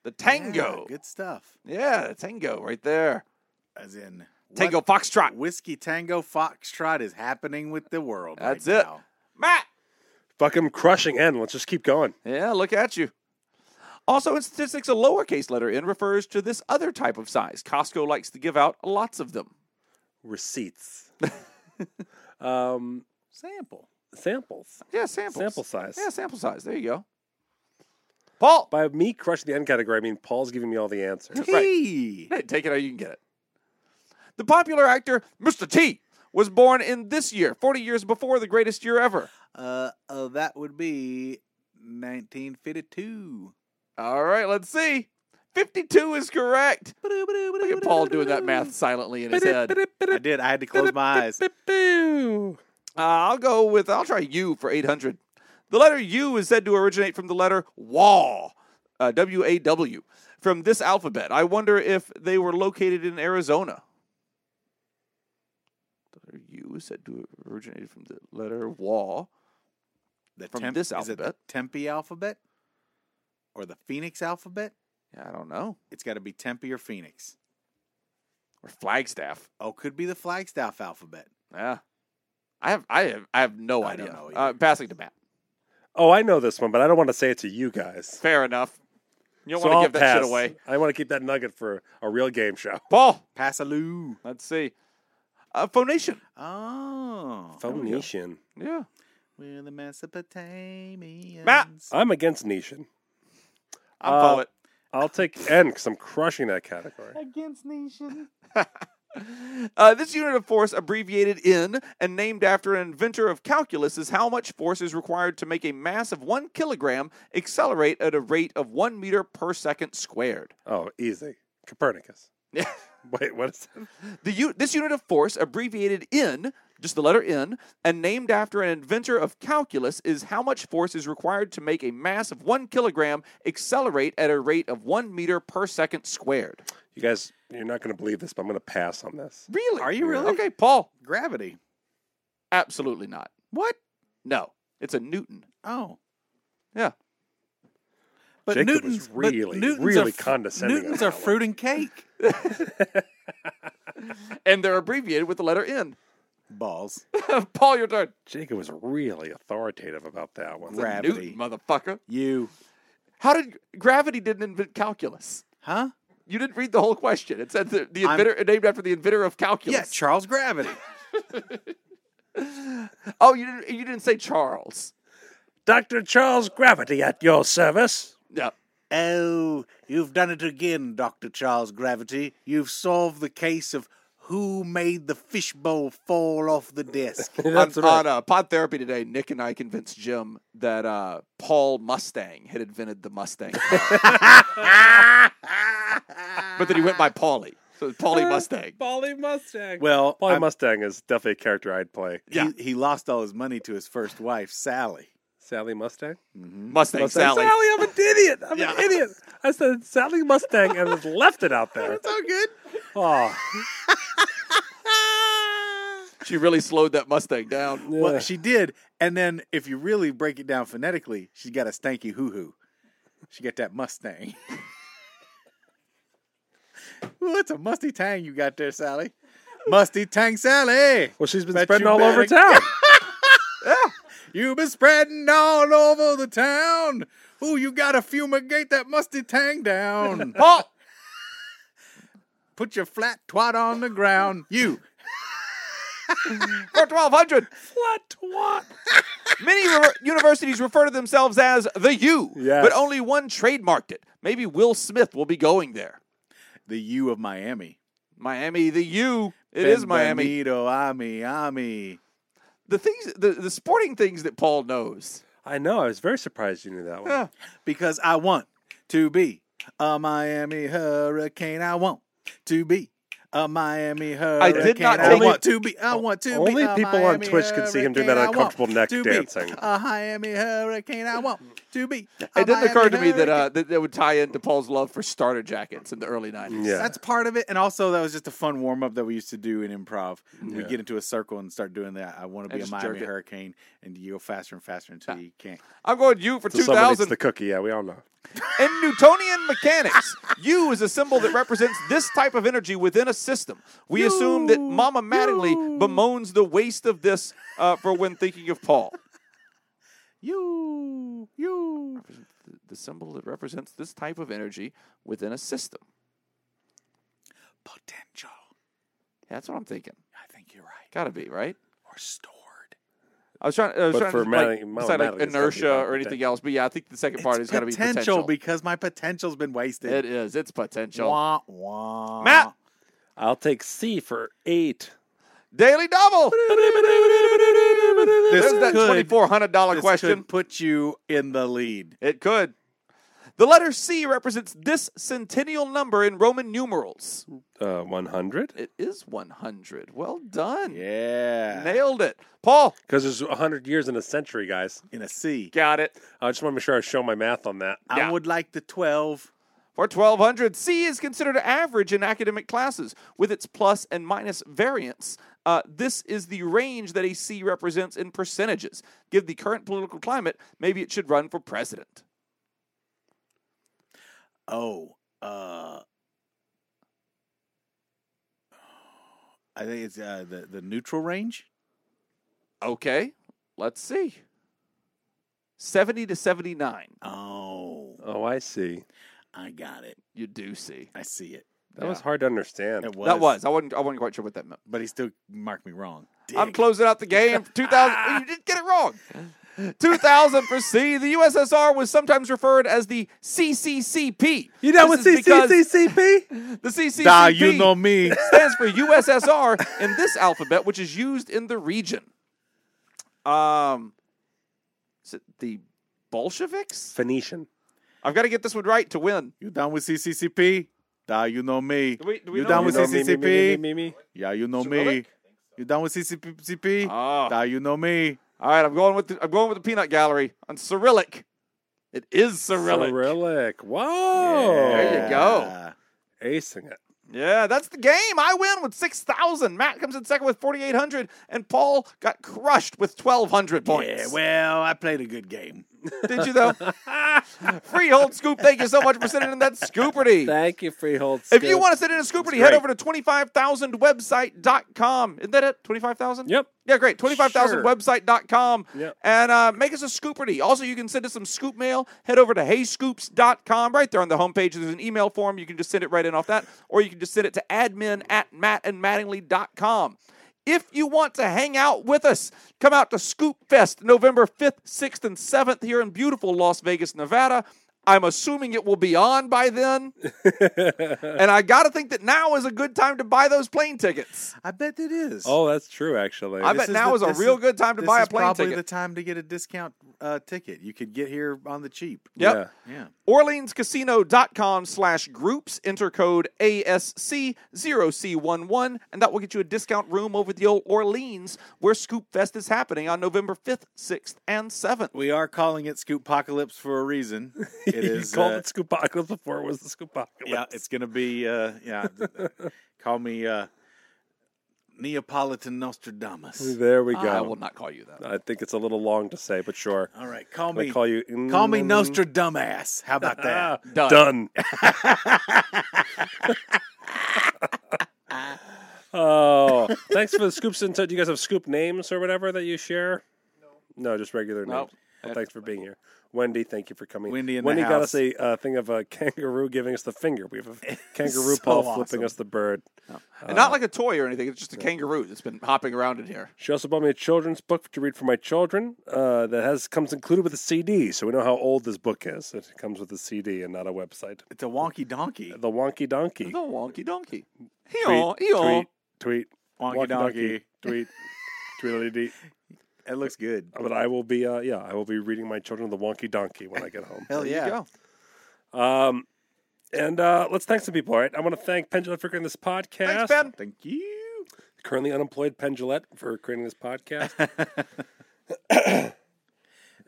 The tango. Yeah, good stuff. Yeah, the tango right there. As in what Tango foxtrot. Whiskey Tango Foxtrot is happening with the world. That's right it. Now. Matt. Fuck him crushing N. Let's just keep going. Yeah, look at you. Also, in statistics, a lowercase letter n refers to this other type of size. Costco likes to give out lots of them. Receipts. um, Sample. samples. Yeah, samples. Sample size. Yeah, sample size. There you go. Paul. By me crushing the N category, I mean Paul's giving me all the answers. Tea. Hey, take it how you can get it. The popular actor Mr. T was born in this year, 40 years before the greatest year ever. Uh, uh, that would be 1952. All right, let's see. 52 is correct. Look at Paul doing that math silently in his head. I did. I had to close my eyes. Uh, I'll go with I'll try U for 800. The letter U is said to originate from the letter WAW, uh, W A W, from this alphabet. I wonder if they were located in Arizona. The letter U is said to originate from the letter WAW. The From this is it the alphabet. Tempe alphabet or the Phoenix alphabet? Yeah, I don't know. It's got to be Tempe or Phoenix. Or Flagstaff. Oh, could be the Flagstaff alphabet. Yeah. I have I have I have no I don't idea. know Uh, passing to Matt. Oh, I know this one, but I don't want to say it to you guys. Fair enough. You don't So want I'll to give that shit pass. away. I want to keep that nugget for a real game show. Paul, Pasaloo. let's see. Uh, phonation. Oh. Phonation. Yeah. We're the Mesopotamians. Matt, I'm against Nishan. I'm Uh, Paul. I'll take N because I'm crushing that category. Uh, this unit of force, abbreviated in and named after an inventor of calculus, is how much force is required to make a mass of one kilogram accelerate at a rate of one meter per second squared. Oh, easy. Copernicus. Yeah. Wait, what is that? The u- this unit of force, abbreviated in, just the letter n, and named after an inventor of calculus, is how much force is required to make a mass of one kilogram accelerate at a rate of one meter per second squared. You guys, you're not going to believe this, but I'm going to pass on this. Really? Are you really? Okay, Paul. Gravity. Absolutely not. What? No, it's a newton. Oh. Yeah. But Jacob was Newton's but really, Newton's really are, fr- condescending on Newton's that are one. fruit and cake. and they're abbreviated with the letter N. Balls. Paul, your turn. Jacob was really authoritative about that one. Gravity. Newton, motherfucker. You. How did gravity didn't invent calculus? Huh? You didn't read the whole question. It said the, the I'm- inventor named after the inventor of Yeah, calculus. Charles Gravity. oh, you didn't you didn't say Charles. Dr. Charles Gravity at your service. No. oh, you've done it again, Dr. Charles Gravity. You've solved the case of who made the fishbowl fall off the desk. on, That's on right. uh, pod therapy today, Nick and I convinced Jim that uh, Paul Mustang had invented the Mustang. but then he went by Paulie. So it's Paulie Mustang. Paulie Mustang. Well, Paulie I'm- Mustang is definitely a character I'd play. Yeah. he, he lost all his money to his first wife, Sally. Sally Mustang. Mm-hmm. Mustang, Sally. Sally, I'm an idiot. I'm an idiot. I said Sally Mustang and just left it out there. So good. Oh, She really slowed that Mustang down. Well, she did. And then if you really break it down phonetically, she got a stanky hoo hoo. She got that Mustang. Ooh, it's a musty tang you got there, Sally. Musty tang, Sally. well, she's been Bet spreading you all over better- town. You've been spreading all over the town. Ooh, you gotta fumigate that musty tang down. Paul, Put your flat twat on the ground. You. for 1200. Flat twat. Many rever- universities refer to themselves as the U, Yes. but only one trademarked it. Maybe Will Smith will be going there. The U of Miami. Miami, the U. It is Miami. Benvenido, Ami, Ami. The things, the, the sporting things that Paul knows. I know. I was very surprised you knew that one. Yeah. because I want to be a Miami Hurricane. I want to be a Miami Hurricane. did not I take want it- to be. I want to be. Only a people on Miami Twitch could see him doing Hurricane. that I want uncomfortable neck to be dancing. A Miami Hurricane. I want to be. a It didn't occur to me Miami that, uh, Hurricane. that that would tie into Paul's love for starter jackets in the early 90s. Yeah. That's part of it, and also that was just a fun warm up that we used to do in improv. We get into a circle and start doing that. I want to be a just Miami jerk it. Hurricane, and you go faster and faster until you can't. I'm going U for So someone eats 2000. the cookie. Yeah, we all know. In Newtonian mechanics, U is a symbol that represents this type of energy within a system. We assume that Mama Mattingly bemoans the waste of this uh, for when thinking of Paul. You, you. The- The symbol that represents this type of energy within a system. Potential. That's what I'm thinking. I think you're right. Gotta be right. Or stored. I was trying. I was But trying for to like, Mattingly- Mama decide, like, Mattingly, it's gotta be inertia about or anything potential. else, but yeah, I think the second part is gotta be potential potential. because my potential's been wasted. it is. It's potential. Wah, wah. Matt! I'll take C for eight. Daily double. this There's Uh, that could, twenty-four hundred dollar this question. could put you in the lead. It could. The letter C represents this centennial number in Roman numerals. Uh, One hundred. It is 100. Well done. Yeah, Nailed it. Paul. Because there's 100 years in a century, guys. in a C. Got it. I just want to make sure I show my math on that. I would like the twelve. For 1200, C is considered average in academic classes with its plus and minus variance. Uh, this is the range that a C represents in percentages. Give the current political climate, maybe it should run for president. Oh, uh, I think it's uh, the the neutral range. Okay, let's see. 70 to 79. Oh, Oh, I see. I got it. You do see. I see it. That was hard to understand. It was. That was. I wasn't. I wasn't quite sure what that meant. But he still marked me wrong. I'm Dick. closing out the game. 2000. you did get it wrong. 2000 for C. The USSR was sometimes referred as the CCCP. You know what CCCP? The CCCP Da, you know me. stands for USSR in this alphabet, which is used in the region. Um, is it the Bolsheviks? Phoenician. I've got to get this one right to win. You down with CCCP? Da, you know me. Do we- do we you know down you with know me, me, CCCP? me, me, me, me. Yeah, you know Is it me. really? You down with CCCP? Ah. Da, you know me. All right, I'm going with the, I'm going with the Peanut Gallery on Cyrillic. It is Cyrillic. Cyrillic. Whoa. There you go. Yeah. Acing it. Yeah, that's the game. I win with 6,000. Matt comes in second with 4,800. And Paul got crushed with 1,200 points. Yeah, well, I played a good game. Did you, though? Freehold Scoop, thank you so much for sending in that Scooperty. Thank you, Freehold. if you want to send in a Scooperty, head over to 25,000website.com. Isn't that it? 25,000? Yep. Yeah, great. 25,000website.com. Yep. And uh, make us a Scooperty. Also, you can send us some scoop mail. Head over to heyscoops.com. Right there on the homepage, there's an email form. You can just send it right in off that, or you can just send it to admin at mattandmattingly.com. If you want to hang out with us, come out to Scoop Fest November 5th, 6th, and 7th here in beautiful Las Vegas, Nevada. I'm assuming it will be on by then. and I got to think that now is a good time to buy those plane tickets. I bet it is. Oh, that's true, actually. I This- bet is now the- is a this real is- good time to this buy a is plane probably ticket. the time to get a discount uh, ticket. You could get here on the cheap. Yep. Yeah. Yeah. OrleansCasino.com slash groups, enter code ASC0C11, and that will get you a discount room over at the old Orleans where Scoop Fest is happening on November 5th, 6th, and 7th. We are calling it Scoop Apocalypse for a reason. It is. you called uh, it Scoopocalypse before it was the Scoopocalypse. yeah, it's gonna be. Uh, yeah, call me uh, Neapolitan Nostradamus. There we I go. will not call you that. I think it's a little long to say, but sure. All right, call I me. call you. Call me Nostradamus. How about that? Done. Ah, Done. oh, thanks for the scoops and tips. Do you guys have scoop names or whatever that you share? No, just regular No. names. Well, thanks for being here, Wendy. Thank you for coming. Wendy in the Wendy got house. us a uh, thing of a kangaroo giving us the finger. We have a kangaroo So paw awesome. flipping us the bird. And not like a toy or anything, it's just a kangaroo that's been hopping around in here. She also bought me a children's book to read for my children uh, that has comes included with a CD, so we know how old this book is. It comes with a CD and not a website. It's a wonky donkey. The Wonky Donkey. The wonky donkey. Tweet, tweet, tweet, Wonky wonky donkey. tweet, tweet, tweet. It looks good. But I will be, uh, yeah, I will be reading my children the Wonky Donkey when I get home. Hell yeah. go. Um, and uh, let's thank some people. All right, I want to thank Pendulum for creating this podcast. Thanks, Ben. Thank you. Currently unemployed Pendulette for creating this podcast. I, Um,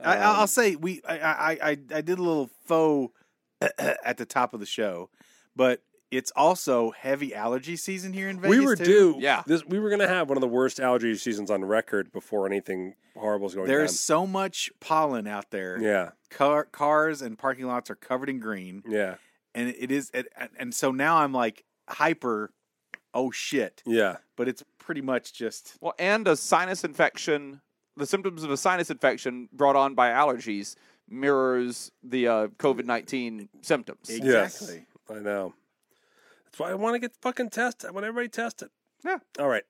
I- I'll say we. I, I I I did a little faux at the top of the show, but it's also heavy allergy season here in Vegas. we were too. due. Yeah. this, we were going to have one of the worst allergy seasons on record before anything horrible is going There's so much pollen out there. down. Yeah, Car, cars and parking lots are covered in green, yeah, and it is. And, and so now I'm like hyper. Oh shit! yeah. But it's pretty much just Well, and a sinus infection, the symptoms of a sinus infection brought on by allergies mirrors the uh, COVID 19 symptoms. exactly. I know. That's why I want to get fucking tested. I want everybody tested. Yeah. All right.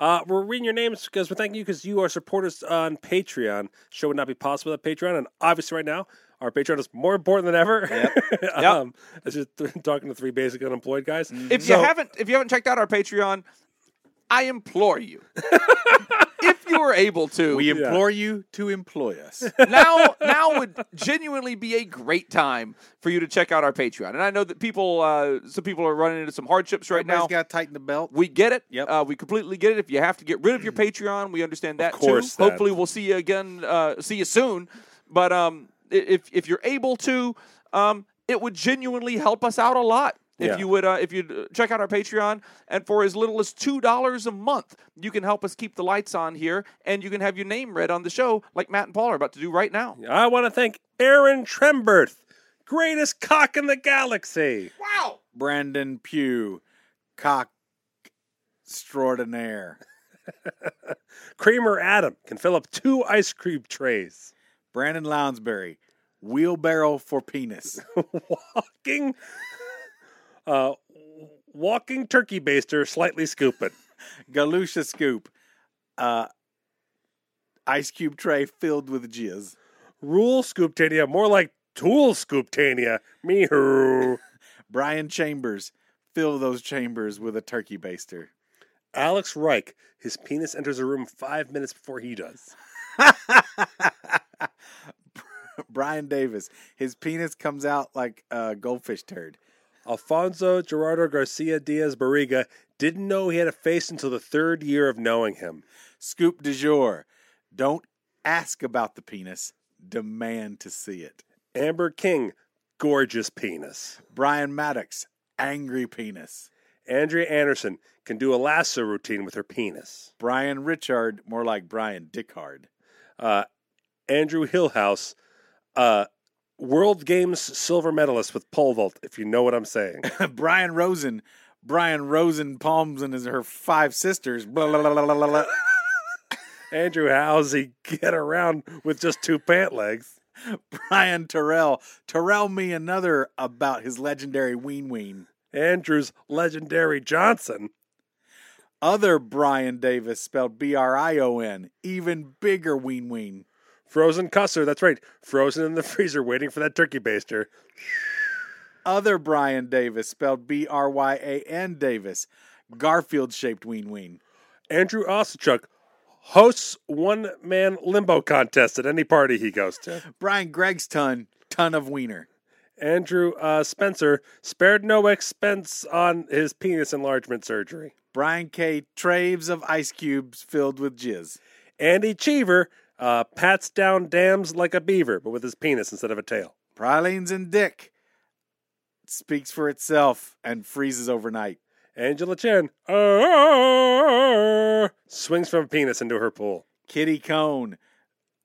Uh, we're reading your names because we're thanking you because you are supporters on Patreon. Show would not be possible without Patreon, and obviously, right now, our Patreon is more important than ever. um, it's just th- talking to three basic unemployed guys. If So- you haven't, if you haven't checked out our Patreon, I implore you, if you are able to, We implore Oh, you to employ us. now now would genuinely be a great time for you to check out our Patreon. And I know that people, uh, some people are running into some hardships right now. Everybody's got to tighten the belt. We get it. Yep. Uh, we completely get it. If you have to get rid of your Patreon, we understand that Mm-hmm. course too. that- Hopefully, we'll see you again. Uh, see you soon. But um, i- if if you're able to, um, it would genuinely help us out a lot. If Yeah. you would, uh, if you would check out our Patreon, and for as little as two dollars a month, you can help us keep the lights on here, and you can have your name read on the show, like Matt and Paul are about to do right now. I want to thank Aaron Tremberth, greatest cock in the galaxy. Brandon Pugh, cock extraordinaire. Kramer Adam can fill up two ice cream trays. Brandon Lounsbury, wheelbarrow for penis. walking uh walking turkey baster slightly scooping Galusha scoop, uh, ice cube tray filled with jizz. rule scooptania more like tool scooptania me who Brian Chambers, fill those chambers with a turkey baster. alex reich his penis enters a room five minutes before he does Brian Davis, his penis comes out like a goldfish turd. alfonso gerardo garcia diaz barriga didn't know he had a face until the third year of knowing him Scoop du jour, don't ask about the penis, demand to see it. amber king gorgeous penis Brian Maddox, angry penis. andrea anderson can do a lasso routine with her penis Brian Richard, more like Brian Dickhard. uh, Andrew Hillhouse, uh, World Games silver medalist with pole vault, if you know what I'm saying. Brian Rosen, Brian Rosen palms and his, her five sisters. Blah, blah, blah, blah, blah, blah. Andrew Housey, get around with just two pant legs. Brian Terrell, Terrell me another about his legendary Ween Ween. Andrew's legendary Johnson. Other Brian Davis, spelled B R I O N, even bigger Ween Ween. Frozen cusser, that's right. Frozen in the freezer waiting for that turkey baster. Other Brian Davis, spelled B R Y A N Davis, Garfield shaped Ween Ween. Andrew Ossichuk, hosts one man limbo contest at any party he goes to. Brian Greg's ton, ton of wiener. Andrew uh, Spencer spared no expense on his penis enlargement surgery. Brian K. Traves of ice cubes filled with jizz. Andy Cheever uh, pats down dams like a beaver, but with his penis instead of a tail. Pralines and dick speaks for itself and freezes overnight. Angela Chen "Ah," swings from a penis into her pool. Kitty Cone,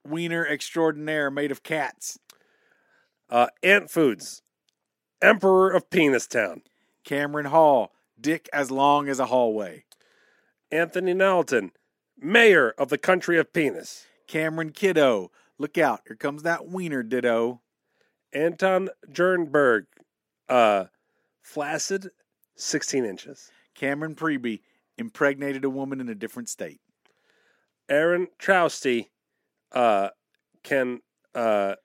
wiener extraordinaire made of cats. Uh, Ant Foods, Emperor of Penis Town. Cameron Hall, dick as long as a hallway. Anthony Nalton, Mayor of the Country of Penis. Cameron Kiddo, look out, here comes that wiener ditto. Anton Jernberg, uh, flaccid, 16 inches. Cameron Preby impregnated a woman in a different state. Aaron Trousty uh, can uh,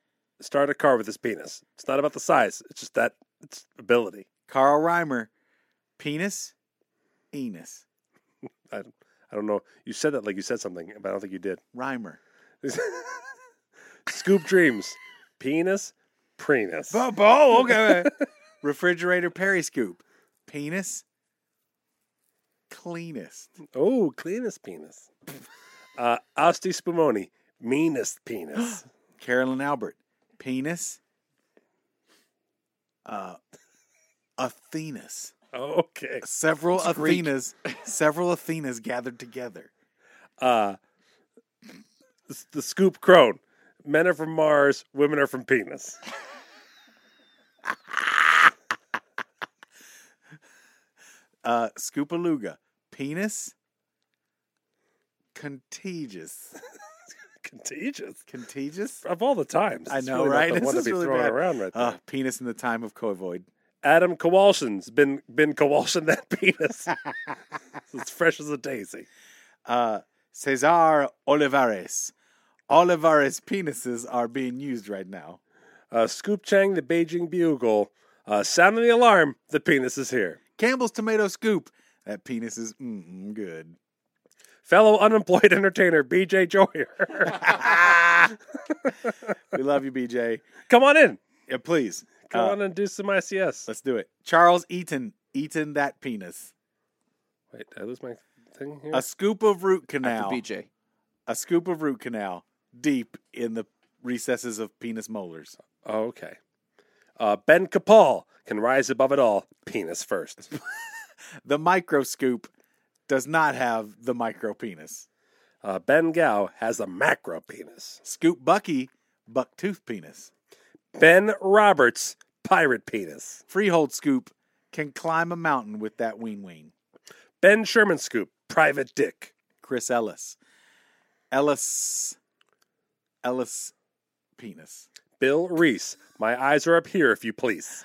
start a car with his penis. It's not about the size, it's just that it's ability. Carl Reimer, penis, Enos, I, I don't know. You said that like you said something, but I don't think you did. Reimer. Scoop Dreams, penis, prenus. oh, okay. Refrigerator Periscope, penis, cleanest. Oh, cleanest penis. Uh, Asti Spumoni, meanest penis. Carolyn Albert, penis, uh, Athenas. okay. Several Athenas, several Athenas gathered together. Uh, s- the Scoop Crone, men are from Mars, women are from penis. Uh, Scoopaluga, penis, contagious, Contagious. contagious. Of all the times. I it's know, really not right? The This one is to be really thrown bad. around right there. Uh, penis in the time of Covoid. Adam Kowalson's been been Kowalson that penis. it's fresh as a daisy. Uh, Cesar Olivares. Olivares penises are being used right now. Uh, Scoop Chang, the Beijing Bugle, uh, sounding the alarm. The penis is here. Campbell's tomato scoop. That penis is mm good. Fellow unemployed entertainer B.J. Joyer, We love you, BJ. come on in. Yeah, please. Come Uh, on and do some ICS. Let's do it. Charles Eaton. Eaton that penis. Wait, did I lose my thing here. A scoop of root After canal. BJ. A scoop of root canal deep in the recesses of penis molars. oh, okay. Uh, ben Kapal can rise above it all. Penis first. The microscoop does not have the micro penis. Uh, ben Gao has a macro penis. Scoop Bucky, buck tooth penis. Ben Roberts, pirate penis. Freehold Scoop can climb a mountain with that ween ween. Ben Sherman Scoop, private dick. Chris Ellis. Ellis. Ellis penis. Bill Reese, my eyes are up here if you please.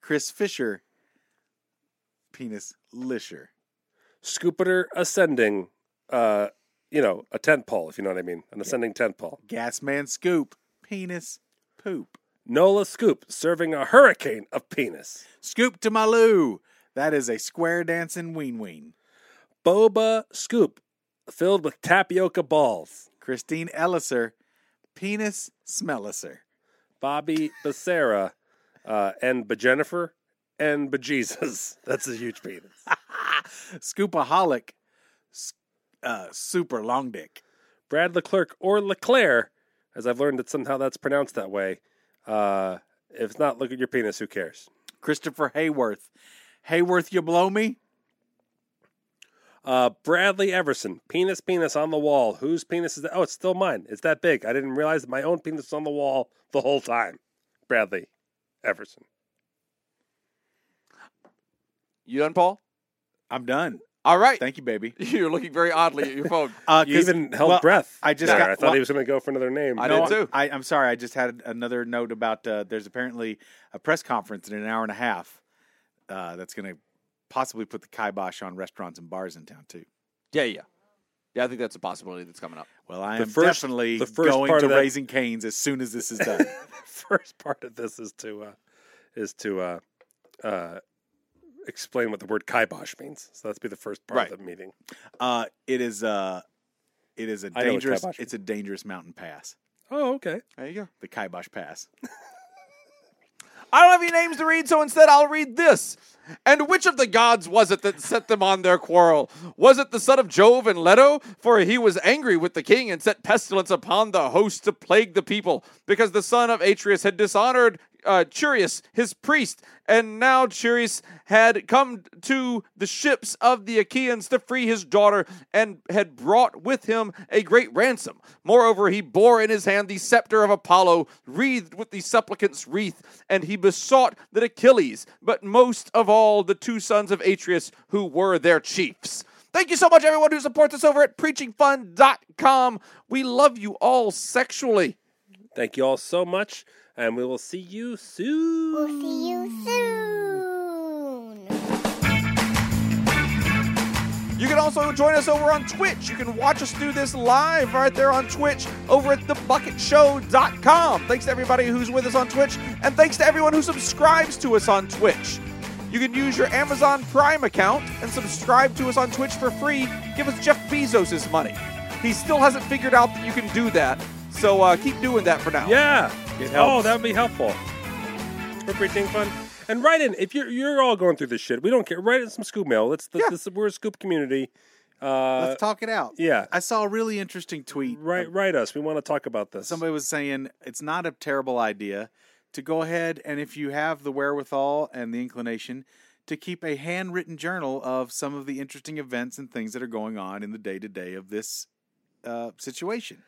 Chris Fisher. Penis Lisher. Scoopiter ascending, uh, you know, a tent pole, if you know what I mean. An ascending tent pole. Gasman Scoop. Penis poop. Nola Scoop serving a hurricane of penis. Scoop to my loo. That is a square dancing ween ween. Boba Scoop filled with tapioca balls. Christine Elliser. Penis smelliser. Bobby Becerra uh, and Jennifer and Bejesus. That's a huge penis. Scoopaholic. s- Uh, super long dick. Brad Leclerc or Leclerc, as I've learned that somehow that's pronounced that way. Uh, if it's not, look at your penis. Who cares? Christopher Hayworth. Hayworth, you blow me? Uh, Bradley Everson, penis, penis on the wall. Whose penis is that? Oh, it's still mine. It's that big. I didn't realize that my own penis was on the wall the whole time. Bradley Everson. You done, Paul? I'm done. All right. Thank you, baby. You're looking very oddly at your phone. Uh, You 'cause- even held well, breath. I just there. got- I thought well- he was going to go for another name. I No, did too. I, I'm sorry. I just had another note about uh, there's apparently a press conference in an hour and a half uh, that's going to possibly put the kibosh on restaurants and bars in town too. Yeah, yeah. Yeah, I think that's a possibility that's coming up. Well, I The am first- definitely the first going part to of that- raising canes as soon as this is done. First part of this is to uh, is to uh, uh, explain what the word kibosh means. So that's be the first part Right. of the meeting. uh, it is uh, It is a I know what dangerous. kibosh It's a dangerous mountain pass. Oh, okay. There you go. The Kibosh Pass. I don't have any names to read, so instead I'll read this. And which of the gods was it that set them on their quarrel? Was it the son of Jove and Leto? For he was angry with the king and set pestilence upon the host to plague the people, because the son of Atreus had dishonored uh, Chereus, his priest, and now Chereus had come to the ships of the Achaeans to free his daughter, and had brought with him a great ransom. Moreover, he bore in his hand the scepter of Apollo, wreathed with the supplicant's wreath, and he besought that Achilles, but most of all the two sons of Atreus, who were their chiefs. Thank you so much, everyone who supports us over at preachingfun.com. We love you all sexually. Thank you all so much, and we will see you soon. We'll see you soon. You can also join us over on Twitch. You can watch us do this live right there on Twitch over at thebucketshow.com. Thanks to everybody who's with us on Twitch, and thanks to everyone who subscribes to us on Twitch. You can use your Amazon Prime account and subscribe to us on Twitch for free. Give us Jeff Bezos' money. He still hasn't figured out that you can do that, so uh, keep doing that for now. Yeah. Oh, that would be helpful. For preaching fun. And write in if you're you're all going through this shit. We don't care. Write in some scoop mail. Let's the, Yeah. this, we're a scoop community. Uh, Let's talk it out. yeah. I saw a really interesting tweet. Um, Write write us. We want to talk about this. Somebody was saying it's not a terrible idea to go ahead and if you have the wherewithal and the inclination to keep a handwritten journal of some of the interesting events and things that are going on in the day to day of this uh, situation.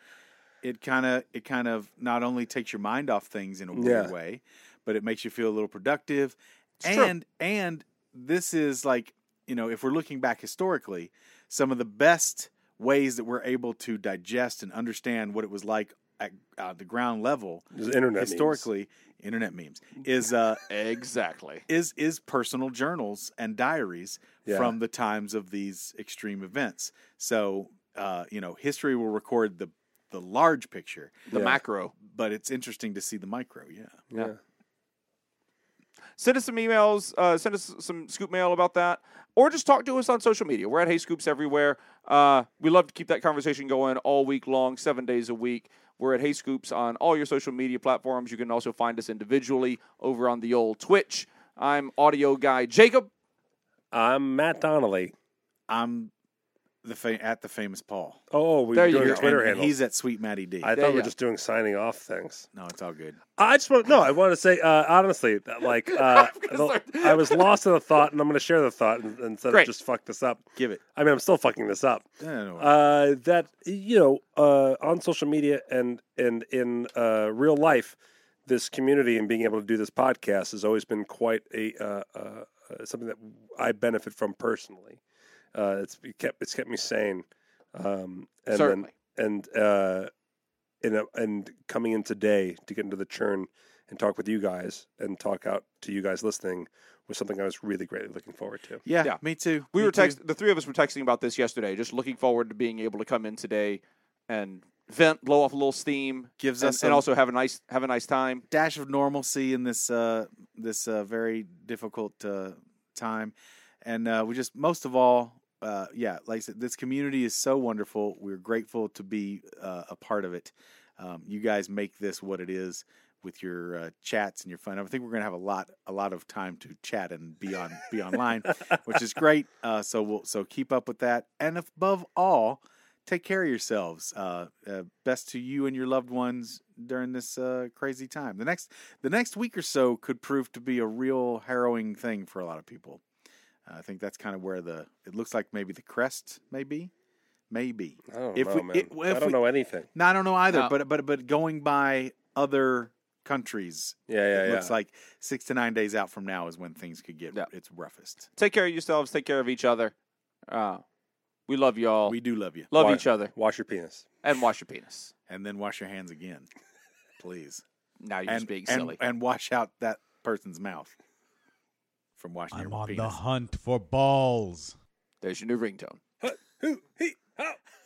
It kind of it kind of not only takes your mind off things in a weird Yeah. way, but it makes you feel a little productive. true. and and this is like you know if we're looking back historically, some of the best ways that we're able to digest and understand what it was like at uh, the ground level This is internet memes. historically internet memes is uh Exactly. is is personal journals and diaries Yeah. from the times of these extreme events so uh you know history will record the the large picture The Yeah. macro. but it's interesting to see the micro yeah Yeah. send us some emails, uh, send us some scoop mail about that, or just talk to us on social media. We're at Hey Scoops everywhere. Uh, we love to keep that conversation going all week long, seven days a week. We're at Hey Scoops on all your social media platforms. You can also find us individually over on the old Twitch. I'm audio guy Jacob. I'm Matt Donnelly. i'm the fa- at the famous paul Oh, we There were you doing go. a Twitter and, and handle. he's at sweet matty d I There thought we you were go. just doing signing off things. no it's all good I just want no. I want to say uh, honestly that like uh, the- I was lost in the thought, and I'm going to share the thought and- instead Great. of just fuck this up. give it I mean, I'm still fucking this up. No, no, no. uh, that you know uh, on social media and and in uh, real life, this community and being able to do this podcast has always been quite a uh, uh, uh, something that I benefit from personally. Uh, it's it kept it's kept me sane, um, and Certainly. then, and uh, in a, and coming in today to get into the churn and talk with you guys and talk out to you guys listening was something I was really greatly looking forward to. yeah, yeah. me too we me were too. text- the three of us were texting about this yesterday, just looking forward to being able to come in today and vent, blow off a little steam, gives and, us and a- also have a nice have a nice time. dash of normalcy in this uh, this uh, very difficult uh, time, and uh, we just most of all, uh, yeah, like I said, this community is so wonderful. We're grateful to be uh, a part of it. Um, you guys make this what it is with your uh, chats and your fun. I think we're gonna have a lot a lot of time to chat and be on be online, which is great. Uh, so we'll so keep up with that, and above all. Take care of yourselves. Uh, uh, best to you and your loved ones during this uh, crazy time. The next the next week or so could prove to be a real harrowing thing for a lot of people. Uh, I think that's kind of where the it looks like maybe the crest may be, maybe. I don't If know, we- man. it- if I don't we- know anything. No, I don't know either. No. But but but going by other countries, Yeah, yeah, it yeah. looks like six to nine days out from now is when things could get Yeah. its roughest. Take care of yourselves. Take care of each other. Uh, we love y'all. We do love you, love Why? each other. Wash your penis. and wash your penis. and then wash your hands again, please. Now you're and, just being and silly. and wash out that person's mouth from washing I'm your on penis. the hunt for balls. There's your new ringtone. Hoo, hee, ho.